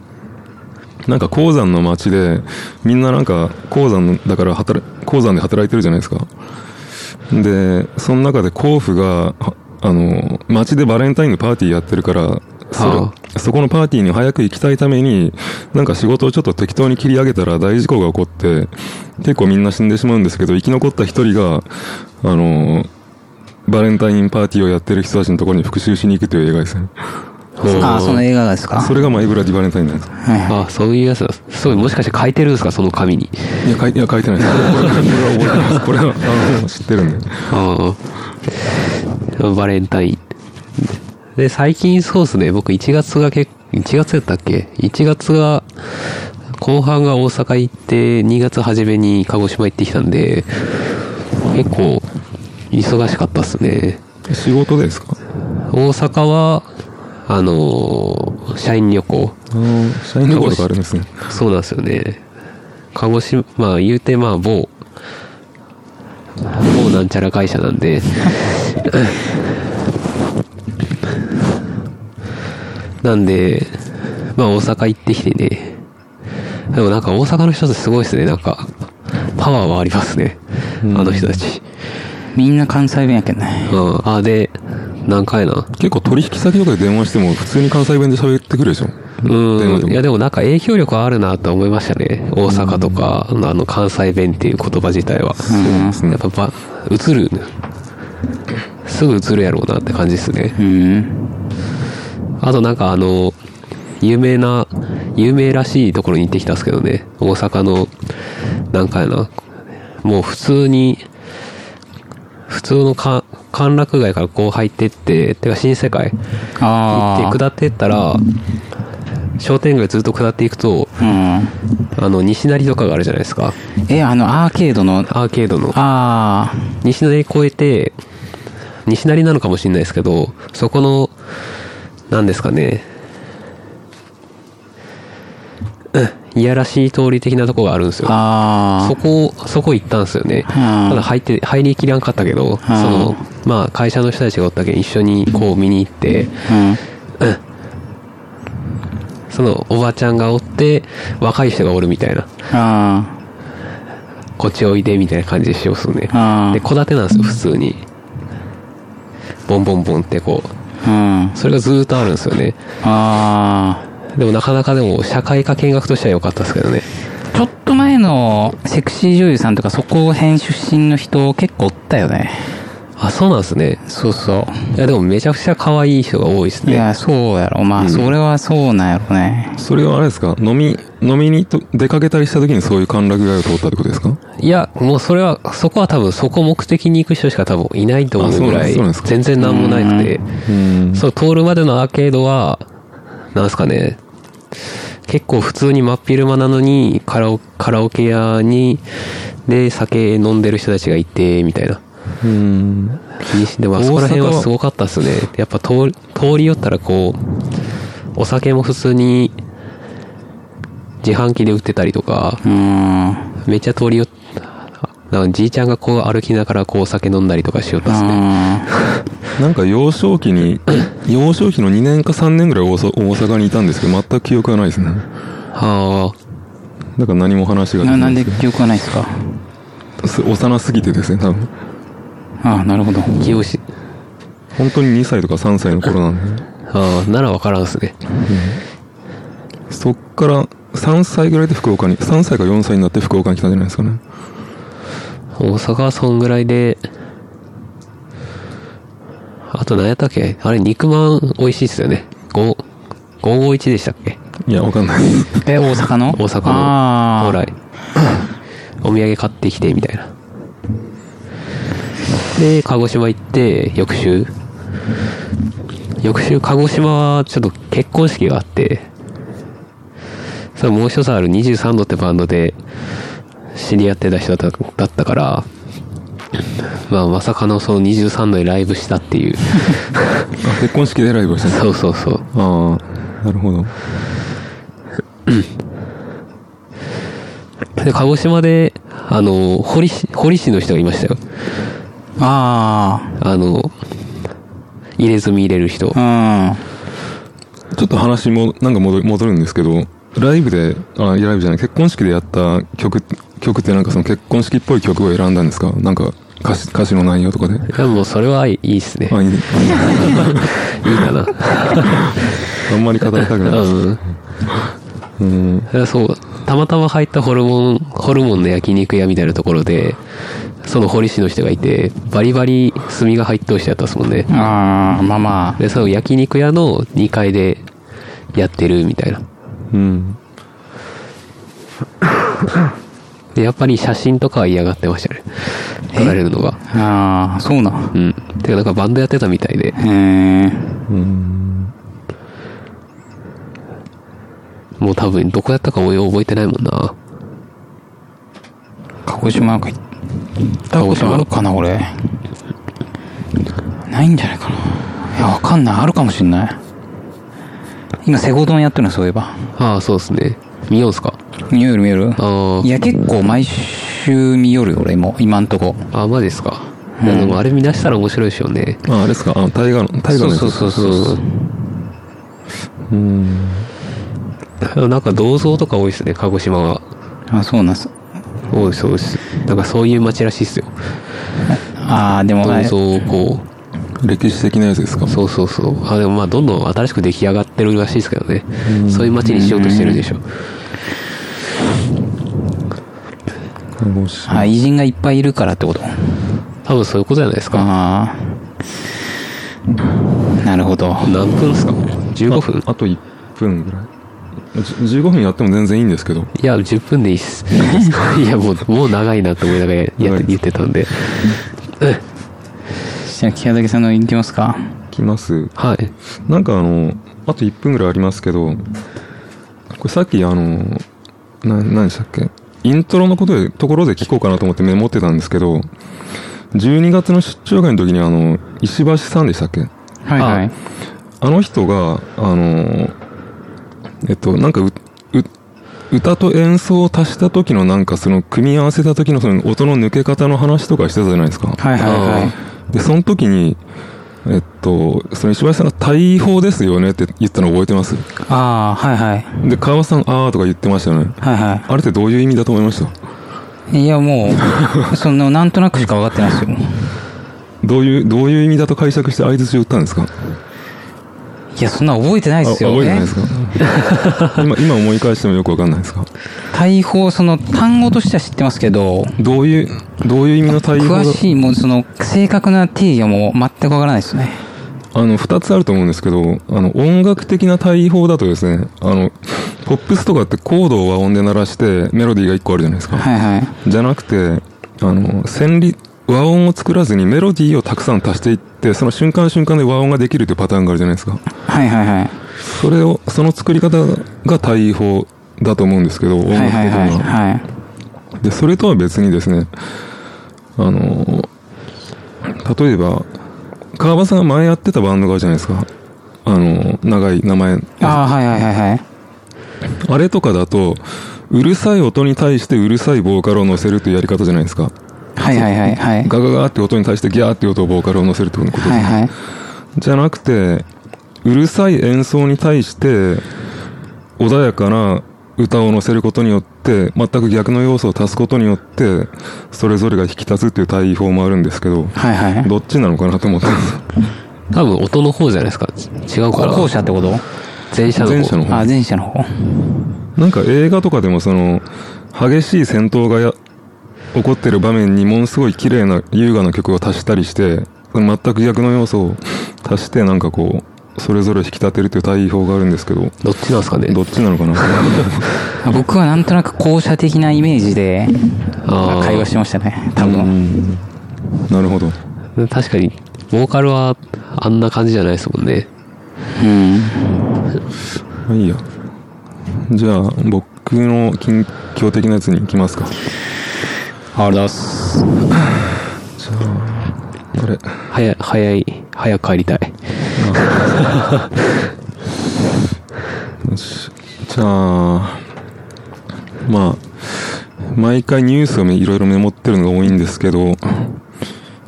Speaker 3: なんか鉱山の町で、みんななんか鉱山の、だから働い、鉱山で働いてるじゃないですか。で、その中で甲府が、はあの、町でバレンタインのパーティーやってるから、そ
Speaker 2: は
Speaker 3: れそこのパーティーに早く行きたいために、なんか仕事をちょっと適当に切り上げたら大事故が起こって、結構みんな死んでしまうんですけど、生き残った一人が、あの、バレンタインパーティーをやってる人たちのところに復讐しに行くという映画ですね。
Speaker 1: ああ、その映画がですか
Speaker 3: それがマイブラディバレンタインなんです。
Speaker 1: はいはい
Speaker 2: あ、そういうやつだ。すごい、もしかして書いてるんですかその紙に。
Speaker 3: いや、書いいや書いてないです。これこれは覚えてます。これは、あの、知ってるんで。
Speaker 2: ああ。バレンタイン。で、最近そうですね。僕1月が結構、1月やったっけ ?1 月が、後半が大阪行って、2月初めに鹿児島行ってきたんで、結構、忙しかったっすね。
Speaker 3: 仕事ですか
Speaker 2: 大阪は、あのー社員旅行。
Speaker 3: あの、社員旅行とかあるんですね。
Speaker 2: そうなんですよね。鹿児島、まあ言うてまあ某、某なんちゃら会社なんで、 なんで、まあ大阪行ってきてね、でもなんか大阪の人ってすごいですね、なんか、パワーはありますね、あの人たち。
Speaker 1: みんな関西弁やけんね。
Speaker 2: うん、あ、で、何回な。
Speaker 3: 結構取引先とかで電話しても普通に関西弁で喋ってくるでしょ。電話
Speaker 2: う
Speaker 3: で
Speaker 2: ん。
Speaker 3: も
Speaker 2: いや、でもなんか影響力はあるなと思いましたね。大阪とか、あの、関西弁っていう言葉自体は。
Speaker 1: うん
Speaker 3: すね
Speaker 2: やっぱば、映る。すぐ映るやろうなって感じですね。
Speaker 1: うん。
Speaker 2: あとなんかあの、有名な、有名らしいところに行ってきたんですけどね。大阪の、なんかやな。もう普通に、普通のか歓楽街からこう入ってって、てか新世界行
Speaker 1: あ
Speaker 2: っ
Speaker 1: あ。
Speaker 2: て下ってったら、商店街ずっと下っていくと、
Speaker 1: うん。
Speaker 2: あの、西成とかがあるじゃないですか。
Speaker 1: え、あの、アーケードの、
Speaker 2: アーケードの。
Speaker 1: あ
Speaker 2: 西成越えて、西成なのかもしれないですけど、そこの、なんですかね、うんいやらしい通り的なとこがあるんです
Speaker 1: あ、
Speaker 2: よ。
Speaker 1: ああ。
Speaker 2: そこ、そこ行ったんですよね。
Speaker 1: うん
Speaker 2: ただ入って、入りきらんかったけど、その、まあ会社の人たちがおったけん一緒にこう見に行って、
Speaker 1: うん。
Speaker 2: そのおばちゃんがおって、若い人がおるみたいな、
Speaker 1: あ
Speaker 2: こっちおいでみたいな感じでしようっすね。
Speaker 1: あ。
Speaker 2: で、戸建てなんですよ、普通に。ボンボンボンってこう。
Speaker 1: うん。あ
Speaker 2: それがずーっとあるんですよね。
Speaker 1: あ。
Speaker 2: でもなかなかでも、社会科見学としては良かったですけどね。
Speaker 1: ちょっと前のセクシー女優さんとかそこ辺出身の人結構おったよね。
Speaker 2: あ、そうなんですね。
Speaker 1: そうそ
Speaker 2: いや、でもめちゃくちゃ可愛い人が多いです
Speaker 1: う。い
Speaker 2: ね。
Speaker 1: や、そうやろ。まあ、それはそうなんやろね。
Speaker 3: それはあれですか飲み、飲みにと出かけたりした時にそういう歓楽街を通ったってことですか
Speaker 2: いや、もうそれは、そこは多分、そこ目的に行く人しか多分いないと思うぐら
Speaker 3: あ
Speaker 2: い
Speaker 3: そうなんです、か
Speaker 2: 全然なんもなくて。
Speaker 3: うん。
Speaker 2: そう、通るまでのアーケードは、なんすかね、結構普通に真っ昼間なのに、カラオカラオケ屋に、で、酒飲んでる人たちがいて、みたいな。
Speaker 3: うん。
Speaker 2: でも、あそこら辺はすごかったっすね。やっぱ通り、通り寄ったらこう、お酒も普通に、自販機で売ってたりとか、
Speaker 1: うーん。
Speaker 2: めっちゃ通り寄った。なんかじいちゃんがこう歩きながらこうお酒飲んだりとかしよったっすね。
Speaker 3: なんか幼少期に、幼少期の2年か3年ぐらい大阪大阪にいたんですけど、全く記憶がないですね。
Speaker 2: はあ。
Speaker 3: だから何も話
Speaker 1: う
Speaker 3: が
Speaker 1: ん。な、なん
Speaker 3: い
Speaker 1: で記憶がないですか
Speaker 3: す幼すぎてですね、多分。
Speaker 1: ああ、なるほど。
Speaker 2: 気をし、
Speaker 3: 本当に2歳とか3歳の頃なんで。
Speaker 2: ああ、ならわからんっすね。
Speaker 3: そっから3歳ぐらいで福岡に、3歳か4歳になって福岡に来たんじゃないですかね。
Speaker 2: 大阪はそんぐらいで、あと何やったっけあれ、肉まん美味しいっすよね。5、551でしたっけ
Speaker 3: いや、わかんないです。
Speaker 1: え、大阪の
Speaker 2: 大阪
Speaker 1: ああ。
Speaker 2: の。ほら。 お土産買ってきて、みたいな。で、鹿児島行って、翌週。翌週、鹿児島はちょっと結婚式があって、それもう一つある23度ってバンドで知り合ってた人だっただったから、まあまさかのその23度でライブしたっていう。
Speaker 3: あ、結婚式でライブをしたんです
Speaker 2: そうそうそう。
Speaker 3: ああ、なるほど。
Speaker 2: で、鹿児島で、あの、堀市、堀市の人がいましたよ。
Speaker 1: あ
Speaker 2: あの、入れ墨入れる人。
Speaker 1: あ。
Speaker 3: ちょっと話も、なんか戻る戻るんですけど、ライブで、あ、いやライブじゃない、結婚式でやった曲、曲ってなんかその結婚式っぽい曲を選んだんですかなんか歌詞、歌詞の内容とかで。
Speaker 2: いや、もうそれはいいいいっすね。
Speaker 3: あ、いい
Speaker 2: いいかな。
Speaker 3: あんまり語りたくない。
Speaker 2: うん。
Speaker 3: うん。
Speaker 2: いやそう、たまたま入ったホルモン、ホルモンの焼肉屋みたいなところで、その堀市の人がいて、バリバリ炭が入っとうしてやったっすもんね
Speaker 1: あ。あ。ああ、まあま
Speaker 2: で、その焼肉屋の2階でやってるみたいな。
Speaker 3: うん。
Speaker 2: で、やっぱり写真とかは嫌がってましたね。撮られるのが。
Speaker 1: あ。ああ、そうなん。
Speaker 2: うん。てか、なんかバンドやってたみたいで、
Speaker 1: へえ。
Speaker 3: うん。
Speaker 2: もう多分どこやったか覚えてないもんな。
Speaker 1: 鹿児島なんか行ったことあるかな俺ないんじゃないかないやわかんないあるかもしんない今セゴドンやってるのそういえば
Speaker 2: ああ、そうですね。見ようんすか。
Speaker 1: 見よる見よる
Speaker 2: あー
Speaker 1: いや、結構毎週見よる、俺も。今んとこ。
Speaker 2: あ、マジですか。いやでもあれ見出したら面白いですよね。
Speaker 3: あ、あれですかあの、大河の、大河のやつ
Speaker 1: そうそうそうそう。
Speaker 2: なんか銅像とか多いですね、鹿児島は。
Speaker 1: あ、そうなんす。
Speaker 2: 多いです、多いです。なんかそういう街らしいっすよ。
Speaker 1: ああ、でも、
Speaker 2: 銅
Speaker 1: あれ
Speaker 2: 像をこ
Speaker 3: 歴史的なやつですか
Speaker 2: う、そうそうそう。あ、でもまあどんどん新しく出来上がってるらしいですけどね。そういう街にしようとしてるでしょ。
Speaker 3: 鹿児島
Speaker 1: あ偉人がいっぱいいるからってこと
Speaker 2: 多分そういうことじゃないですか。
Speaker 1: ああ。なるほど。
Speaker 2: 何分ですか ?15 分
Speaker 3: ああと1分ぐらい。じゅ15分やっても全然いいんですけど。
Speaker 2: いや、10分でいいっす。 いや、もう、もう長いなって思いながらや
Speaker 3: 長い
Speaker 2: って言ってたんで。
Speaker 1: じゃあ、木畑さんの行きますか。
Speaker 3: 来ます。
Speaker 2: はい。
Speaker 3: なんかあの、あと1分ぐらいありますけど、これさっきあの、な、何でしたっけイントロのことで、ところで聞こうかなと思ってメモってたんですけど、12月の出張会の時にあの、石橋さんでしたっけ
Speaker 1: はいはい。
Speaker 3: あの人が、あの、えっと、なんかう、う、歌と演奏を足した時のなんかその組み合わせた時のその音の抜け方の話とかしてたじゃないですか。
Speaker 1: はいはいはい。
Speaker 3: で、その時に、えっと、その石橋さんが大砲ですよねって言ったの覚えてます
Speaker 1: ああ、はいはい。
Speaker 3: で、川端さん、あーとか言ってましたよね。
Speaker 1: はいは
Speaker 3: あれってどういう意味だと思いました
Speaker 1: い。いや、も う、その、なんとなくしか分かってないですよ。
Speaker 3: どういう、どういう意味だと解釈して相槌を打ったんですか
Speaker 1: いや、そんな覚えてないですよ。
Speaker 3: あ覚えてないで すか今、今思い返してもよくわかんないですか
Speaker 1: 大砲、その、単語としては知ってますけど、
Speaker 3: どういう、どういう意味の大砲が
Speaker 1: 詳しい、もうその、正確な定義はもう全く分からないですね。
Speaker 3: あの、二つあると思うんですけど、あの、音楽的な対法だとですね、あの、ポップスとかってコードを和音で鳴らして、メロディーが一個あるじゃないですか。
Speaker 1: はいはい。
Speaker 3: じゃなくて、あの、旋律、和音を作らずにメロディーをたくさん足していって、その瞬間瞬間で和音ができるというパターンがあるじゃないですか。
Speaker 1: はいはいはい。
Speaker 3: それを、その作り方が対法だと思うんですけど、音楽
Speaker 1: はい
Speaker 3: 的
Speaker 1: はいはい。
Speaker 3: な。
Speaker 1: はい。
Speaker 3: で、それとは別にですね、あの、例えば、川場さんが前やってたバンドがあるじゃないですか。あの、長い名前。
Speaker 1: ああ、はいはいはいはい。
Speaker 3: あれとかだと、うるさい音に対してうるさいボーカルを乗せるというやり方じゃないですか。
Speaker 1: はいはいはいはい。
Speaker 3: ガガガーって音に対してギャーって音をボーカルを乗せるってことですね
Speaker 1: はいはい。
Speaker 3: じゃなくて、うるさい演奏に対して、穏やかな歌を乗せることによって、全く逆の要素を足すことによって、それぞれが引き立つっていう対法もあるんですけど、
Speaker 1: はいはい。
Speaker 3: どっちなのかなと思ったんです。
Speaker 2: 多分音の方じゃないですか。違うから。
Speaker 1: 後者ってこと
Speaker 2: 前者の方。
Speaker 3: 前者の方
Speaker 1: あ、前者の方。
Speaker 3: なんか映画とかでもその、激しい戦闘がや起こってる場面にものすごい綺麗な優雅な曲を足したりして、その全く逆の要素を足してなんかこう、それぞれ引き立てるっていう対法があるんですけど、
Speaker 2: どっちなんですかね。
Speaker 3: どっちなの かな
Speaker 1: 僕はなんとなく後者的なイメージで、
Speaker 2: あー
Speaker 1: 会話してましたね。多分。
Speaker 3: なるほど。
Speaker 2: 確かに、ボーカルはあんな感じじゃないですもんね。
Speaker 1: うん。
Speaker 3: まあいいや。じゃあ、僕の近況的なやつに行きますか。
Speaker 1: ありがとうございます。
Speaker 3: これ。
Speaker 2: 早い、早い、早く帰りたい。
Speaker 3: よし。じゃあ、まあ、毎回ニュースをめいろいろメモってるのが多いんですけど、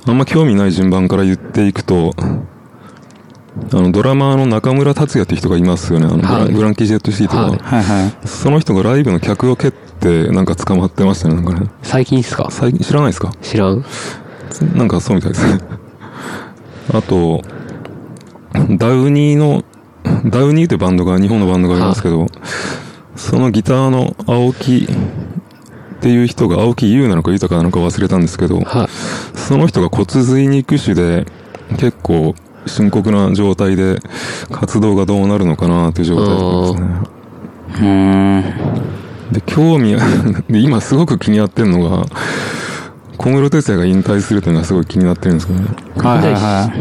Speaker 3: あんま興味ない順番から言っていくと、あの、ドラマーの中村達也って人がいますよね。あのブラ
Speaker 2: はい
Speaker 3: ブランキー・ジェット・シティとか。
Speaker 2: はい
Speaker 1: はいはい。
Speaker 3: その人がライブの客を蹴って、なんか捕まってましたね、なんかね。
Speaker 2: 最近っすか
Speaker 3: 最近知らないですか
Speaker 2: 知らん。
Speaker 3: なんかそうみたいですね。あと、ダウニーの、ダウニーってバンドが、日本のバンドがありますけど、そのギターの青木っていう人が、青木優なのか豊かなのか忘れたんですけど、
Speaker 2: はい。
Speaker 3: その人が骨髄肉腫で、結構深刻な状態で、活動がどうなるのかなという状態だったんですね。
Speaker 1: うーん。
Speaker 3: で、興味、 で、今すごく気になってるのが、小室哲也が引退するというのはすごい気になってるんですけどね。
Speaker 1: はいはいは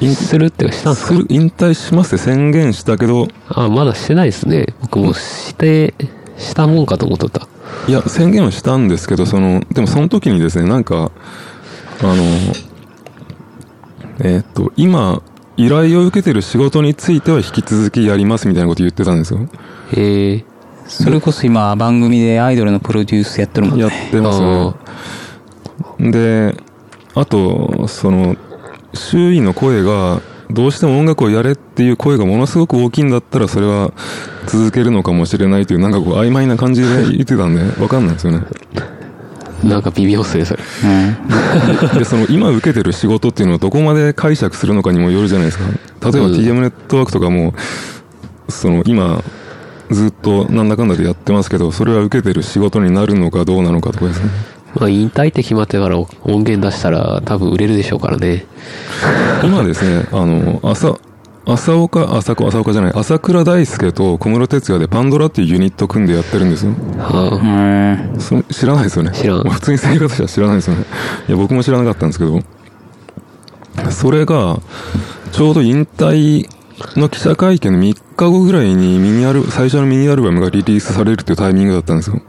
Speaker 1: い。
Speaker 2: するってかしたんす
Speaker 3: す
Speaker 2: か
Speaker 3: る、引退しますって宣言したけど、
Speaker 2: あ、まだしてないですね。僕もして、したもんかと思っとった。
Speaker 3: いや、宣言はしたんですけど、その、でもその時にですね、なんか、あの、えーっと、今、依頼を受けてる仕事については引き続きやりますみたいなこと言ってたんですよ。
Speaker 2: へえ。
Speaker 1: それこそ今、番組でアイドルのプロデュースやってるもん
Speaker 3: やっ
Speaker 1: ね。
Speaker 3: てますね。で、あと、その、周囲の声が、どうしても音楽をやれっていう声がものすごく大きいんだったら、それは続けるのかもしれないという、なんかこう、曖昧な感じで言ってたんで、わかんないですよね。
Speaker 2: なんか微妙っすね、それ。
Speaker 1: うん。
Speaker 3: で、その、今受けてる仕事っていうのをどこまで解釈するのかにもよるじゃないですか。例えば
Speaker 2: うん
Speaker 3: TM ネットワークとかも、その、今、ずっとなんだかんだでやってますけど、それは受けてる仕事になるのかどうなのかとかですね。
Speaker 2: まあ、引退って決まってから音源出したら多分売れるでしょうからね。
Speaker 3: 今ですね、あの、朝、朝岡、朝子、朝岡じゃない、朝倉大輔と小室哲也でパンドラっていうユニット組んでやってるんですよ。
Speaker 2: は
Speaker 1: うん
Speaker 3: そ知らないですよね。
Speaker 2: 知らん
Speaker 3: 普通に生活者は知らないですよね。いや、僕も知らなかったんですけど。それが、ちょうど引退の記者会見の3日後ぐらいにミニアル、最初のミニアルバムがリリースされるっていうタイミングだったんですよ。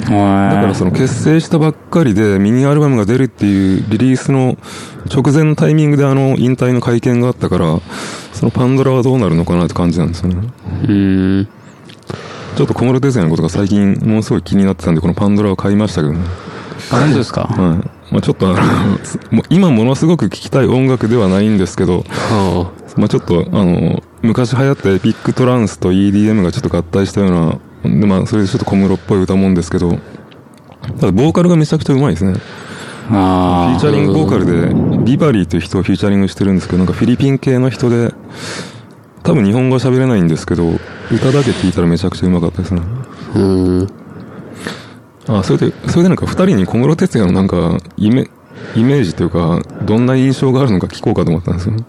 Speaker 3: だからその結成したばっかりでミニアルバムが出るっていうリリースの直前のタイミングであの引退の会見があったから、そのパンドラはどうなるのかなって感じなんですよね。
Speaker 2: あ、うーん。
Speaker 3: ちょっと小室哲也のことが最近ものすごい気になってたんで、このパンドラを買いましたけどね。
Speaker 1: あ、本当ですか
Speaker 3: はい。まあちょっとあの、 つもう今ものすごく聴きたい音楽ではないんですけど、
Speaker 2: はあ。
Speaker 3: まあちょっとあの、昔流行ったエピックトランスと EDM がちょっと合体したような、でまあそれでちょっと小室っぽい歌もんですけど、ただボーカルがめちゃくちゃうまいですね。フィー
Speaker 1: あ
Speaker 3: チャリングボーカルで、ビバリーという人をフィーチャリングしてるんですけど、なんかフィリピン系の人で、多分日本語は喋れないんですけど、歌だけ聞いたらめちゃくちゃうまかったですね。
Speaker 2: うーん。
Speaker 3: あ、それで、それでなんか二人に小室哲也のなんか、イメ、イメージというか、どんな印象があるのか聞こうかと思ったんですよね。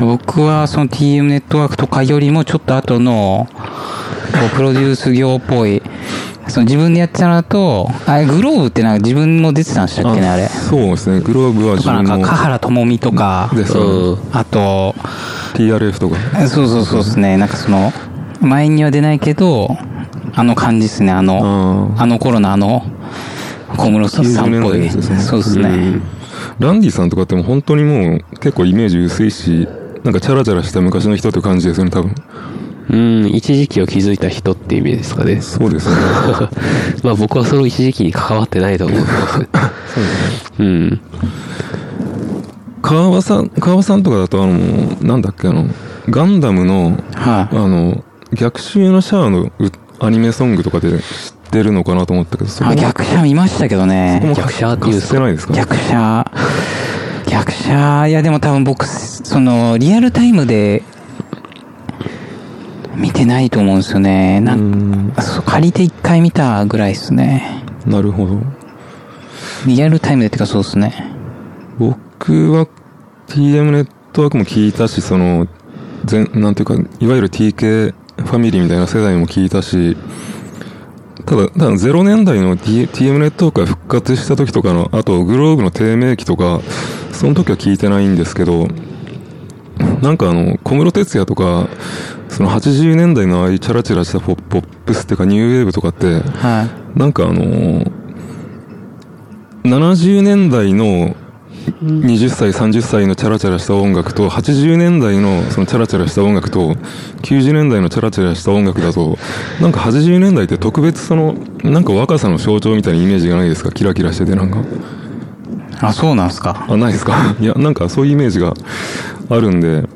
Speaker 1: あ。僕はその TM ネットワークとかよりもちょっと後の、こうプロデュース業っぽい。その自分でやってたのだと、あれ、グローブってなんか自分も出てたんでしたっけね、あれ。
Speaker 3: そうですね。グローブは
Speaker 1: と
Speaker 3: 自
Speaker 1: かな
Speaker 3: 分
Speaker 1: んか、
Speaker 3: の
Speaker 1: 香原朋美とか、
Speaker 3: ですよね。
Speaker 1: あと、
Speaker 3: TRF とか。
Speaker 1: そうそうそうですね。なんかその、前には出ないけど、あの感じですね。あの、
Speaker 3: あ
Speaker 1: あの頃のあの、小室さんっぽ
Speaker 3: 90年代の
Speaker 1: い。
Speaker 3: やつですね
Speaker 1: そうですね。
Speaker 3: ーランディさんとかってもう本当にもう結構イメージ薄いし、なんかチャラチャラした昔の人って感じですよね、多分。
Speaker 2: うん、一時期を築いた人って意味ですかね。
Speaker 3: そうですね。
Speaker 2: まあ僕はその一時期に関わってないと思うんですけど。うん。
Speaker 3: 川場さん、川場さんとかだとあの、なんだっけあの、ガンダムの、
Speaker 1: は
Speaker 3: あの、逆襲のシャアのうアニメソングとかで知ってるのかなと思ったけど、そ
Speaker 1: い。
Speaker 3: こ
Speaker 1: あ、
Speaker 3: も
Speaker 1: 逆者見ましたけどね。
Speaker 2: 逆シャアっていうんです
Speaker 3: かしてないですか
Speaker 1: 逆者。逆者、いやでも多分僕、その、リアルタイムで、見てないと思うんですよね。な
Speaker 3: うんん
Speaker 1: そう借りて一回見たぐらいですね。
Speaker 3: なるほど。
Speaker 1: リアルタイムでってかそうですね。
Speaker 3: 僕は TM ネットワークも聞いたし、その、全、なんていうか、いわゆる TK ファミリーみたいな世代も聞いたし、ただ、ただ0年代の T- TM ネットワークが復活した時とかの、あとグローブの低迷期とか、その時は聞いてないんですけど、なんかあの、小室哲也とか、その80年代のああいうチャラチャラしたポッポップスっていうかニューウェーブとかって、
Speaker 1: はい。
Speaker 3: なんかあのー、70年代の20歳、30歳のチャラチャラした音楽と、80年代のそのチャラチャラした音楽と、90年代のチャラチャラした音楽だと、なんか80年代って特別その、なんか若さの象徴みたいなイメージがないですかキラキラしててなんか。
Speaker 1: あ、そうなんすか。
Speaker 3: あ、ないですかいや、なんかそういうイメージがあるんで、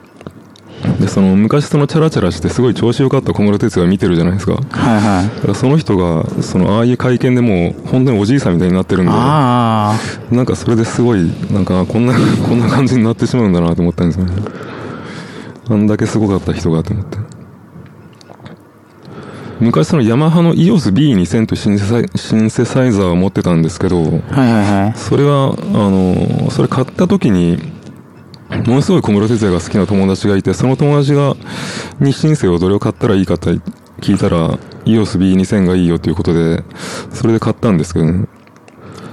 Speaker 3: で、その昔そのチャラチャラしてすごい調子良かった小室哲也見てるじゃないですか。
Speaker 1: はいはい。
Speaker 3: だからその人が、その、ああいう会見でもう、本当におじいさんみたいになってるんで、
Speaker 1: ああ。
Speaker 3: なんかそれですごい、なんか、こんな、 こんな感じになってしまうんだなと思ったんですよね。あんだけすごかった人がと思って。昔そのヤマハの EOS B2000 というシンセサイシンセサイザーを持ってたんですけど、
Speaker 1: はいはいはい。
Speaker 3: それは、あの、それ買った時に、ものすごい小室哲也が好きな友達がいて、その友達が、にシンセをどれを買ったらいいかって聞いたら、EOS B2000 がいいよということで、それで買ったんですけどね。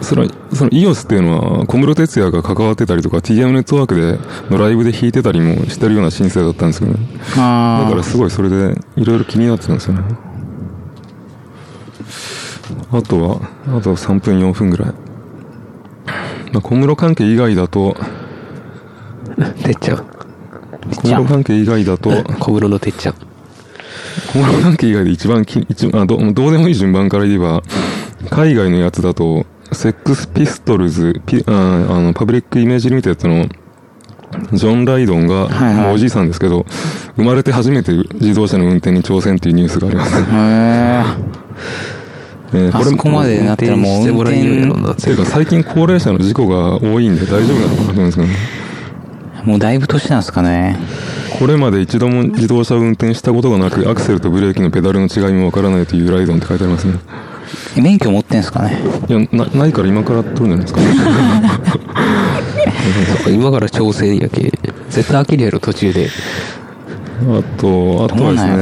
Speaker 3: それは、その EOS っていうのは、小室哲也が関わってたりとか、TM ネットワークでのライブで弾いてたりもしてるようなシンセだったんですけどね。
Speaker 1: あ
Speaker 3: だ
Speaker 1: あ。
Speaker 3: からすごいそれでいろいろ気になってたんですよね。あとは、あと3分4分ぐらい。まあ、小室関係以外だと、
Speaker 2: てっちゃん。
Speaker 3: 小室関係以外だと、
Speaker 2: 小室のてっちゃん。
Speaker 3: コール関係以外で一番き一あど、どうでもいい順番から言えば、海外のやつだと、セックスピストルズ、ピああのパブリックイメージリミテッドのジョン・ライドンが、
Speaker 1: はいはい
Speaker 3: もうおじいさんですけど、生まれて初めて自動車の運転に挑戦っていうニュースがあります。
Speaker 1: へえ。
Speaker 3: えー
Speaker 1: あそこまでなったらもう
Speaker 2: して
Speaker 1: 運
Speaker 2: もらえるようやろうなって
Speaker 1: 転、
Speaker 3: ていうか最近高齢者の事故が多いんで大丈夫なのかなと思うんですけどね。
Speaker 1: もうだいぶ年なんですかね。
Speaker 3: これまで一度も自動車を運転したことがなく、アクセルとブレーキのペダルの違いもわからないというライドンって書いてありますね。
Speaker 1: え免許持ってんすかね。
Speaker 3: いや、なないから今から取るんじゃないですか、
Speaker 2: そっか今から挑戦やけ。絶対飽きるやろ、途中で。
Speaker 3: あと、あと
Speaker 1: ど
Speaker 3: はで
Speaker 1: うな
Speaker 3: すね、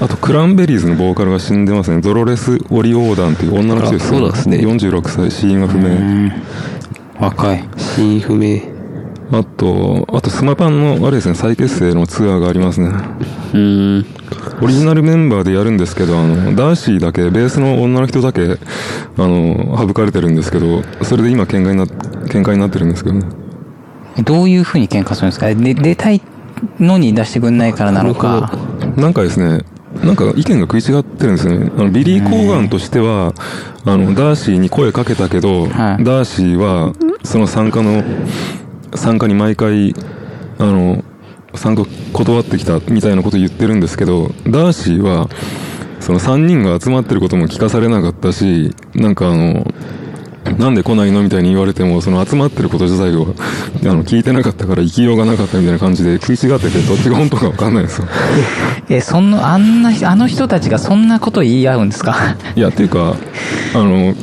Speaker 3: あとクランベリーズのボーカルが死んでますね。ドロレス・オリオーダンっていう女の人です
Speaker 2: あそうなんですね
Speaker 3: 46歳、死因は不
Speaker 1: う
Speaker 3: 明。
Speaker 1: ん。若い。
Speaker 2: 死因不明。
Speaker 3: あと、あとスマパンの、あれですね、再結成のツアーがありますね。
Speaker 2: うん。
Speaker 3: オリジナルメンバーでやるんですけど、あの、ダーシーだけ、ベースの女の人だけ、あの、省かれてるんですけど、それで今喧嘩にな、喧嘩になってるんですけどね。
Speaker 1: どういう風に喧嘩するんですかで、出たいのに出してくんないからなのか。
Speaker 3: なんかですね、なんか意見が食い違ってるんですよね。あの、ビリー・コーガンとしては、あの、ダーシーに声かけたけど、
Speaker 1: はい
Speaker 3: ダーシーは、その参加の、参加に毎回、あの、参加断ってきたみたいなこと言ってるんですけど、ダーシーは、その3人が集まってることも聞かされなかったし、なんかあの、なんで来ないのみたいに言われても、その集まってること自体を、あの、聞いてなかったから生きようがなかったみたいな感じで食い違ってて、どっちが本当かわかんないんですよ。
Speaker 1: え、そんな、あんな、あの人たちがそんなこと言い合うんですか
Speaker 3: いや、っていうか、あの、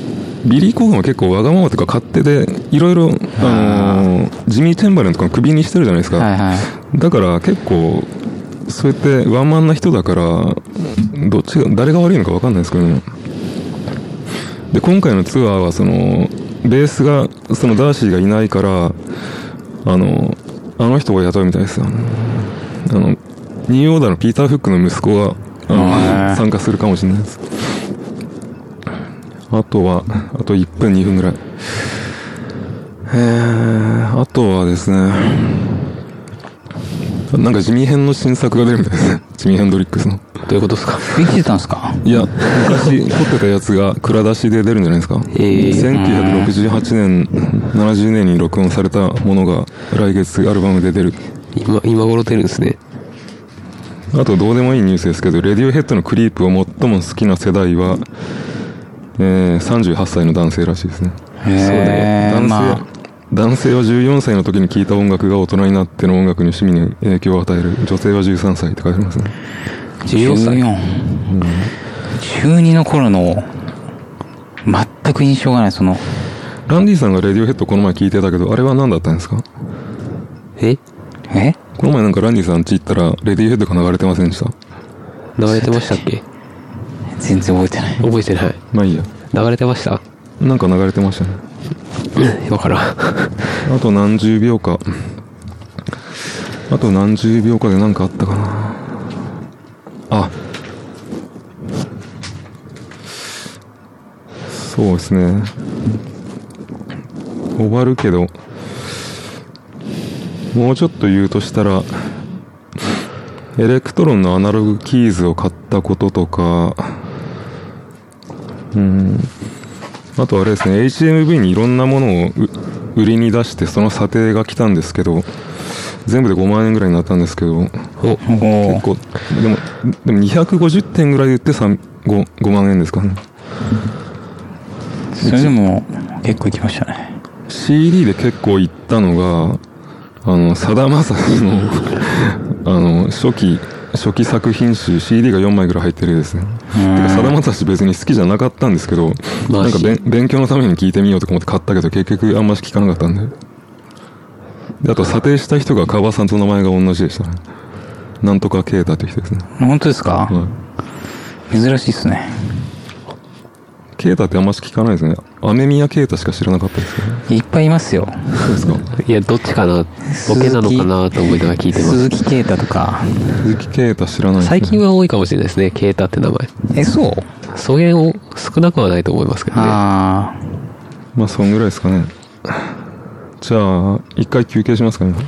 Speaker 3: ビリー・コーガンは結構わがままとか勝手で、いろいろ、あの、ジミー・チェンバレンとかの首にしてるじゃないですか。
Speaker 1: はいはい。
Speaker 3: だから結構、そうやってワンマンな人だから、どっちが、誰が悪いのかわかんないですけどね。で、今回のツアーは、その、ベースが、そのダーシーがいないから、あの、あの人が雇うみたいですよ。あの、ニューオーダーのピーター・フックの息子が、
Speaker 1: へ
Speaker 3: あ
Speaker 1: ー
Speaker 3: の、参加するかもしれないです。あとは、あと1分、2分ぐらい。えー、あとはですね、なんか地味編の新作が出るみたいですね。 地味ヘンドリックスの。
Speaker 2: どういうことですか
Speaker 1: できてたんですか
Speaker 3: いや、昔撮ってたやつが蔵出しで出るんじゃないですか。
Speaker 2: ええ
Speaker 3: 1968年、70年に録音されたものが来月アルバムで出る。
Speaker 2: 今、今頃出るんですね。
Speaker 3: あとどうでもいいニュースですけど、レディオヘッドのクリープを最も好きな世代は、えー、38歳の男性らしいですね。
Speaker 1: へえ
Speaker 3: 男性、
Speaker 1: まあ、
Speaker 3: 男性は14歳の時に聴いた音楽が大人になっての音楽に趣味に影響を与える。女性は13歳って書いてありますね。
Speaker 2: 14歳
Speaker 1: 14中2の頃の、全く印象がない、その、
Speaker 3: ランディさんがレディオヘッドこの前聞いてたけど、あれは何だったんですか
Speaker 2: え
Speaker 1: え
Speaker 3: この前なんかランディさん家行ったら、レディーヘッドが流れてませんでした
Speaker 2: 流れてましたっけ
Speaker 1: 全然覚えてない。
Speaker 2: 覚えてない。
Speaker 3: まあいいや。
Speaker 2: 流れてました
Speaker 3: なんか流れてましたね。
Speaker 2: わからん。
Speaker 3: あと何十秒か。あと何十秒かで何かあったかな。あ。そうですね。終わるけど、もうちょっと言うとしたら、エレクトロンのアナログキーズを買ったこととか、うん。あとあれですね、HMV にいろんなものをう売りに出して、その査定が来たんですけど、全部で5万円ぐらいになったんですけど、
Speaker 2: お、
Speaker 1: お
Speaker 3: 結構、でも、でも250点ぐらいで売って3 5, 5万円ですかね。
Speaker 1: それでも、結構行きましたね。
Speaker 3: CD で結構行ったのが、あの、さだまさしの、 あの、初期、初期作品集、CD が4枚ぐらい入ってるですね。てか、さだまさし別に好きじゃなかったんですけど、
Speaker 2: まあ
Speaker 3: なんか勉勉強のために聞いてみようとか思って買ったけど、結局あんまし聞かなかったんで。で、あと、査定した人が川端さんと名前が同じでしたね。なんとか啓太という人ですね。
Speaker 1: 本当ですか、
Speaker 3: はい。
Speaker 1: 珍しいっすね。
Speaker 3: 啓太ってあんまし聞かないですね。雨宮啓太しか知らなかったですね。
Speaker 1: いっぱいいますよ。
Speaker 3: そうですか。
Speaker 2: いや、どっちかなボケなのかなと思いながら聞いてます。
Speaker 1: 鈴木啓太とか。
Speaker 3: 鈴木啓太知らないですね
Speaker 2: 最近は多いかもしれないですね、ケータって名前。
Speaker 1: え、そう
Speaker 2: そげんを少なくはないと思いますけどね。
Speaker 1: あ
Speaker 3: まあ、そんぐらいですかね。じゃあ、一回休憩しますかね。
Speaker 1: あ。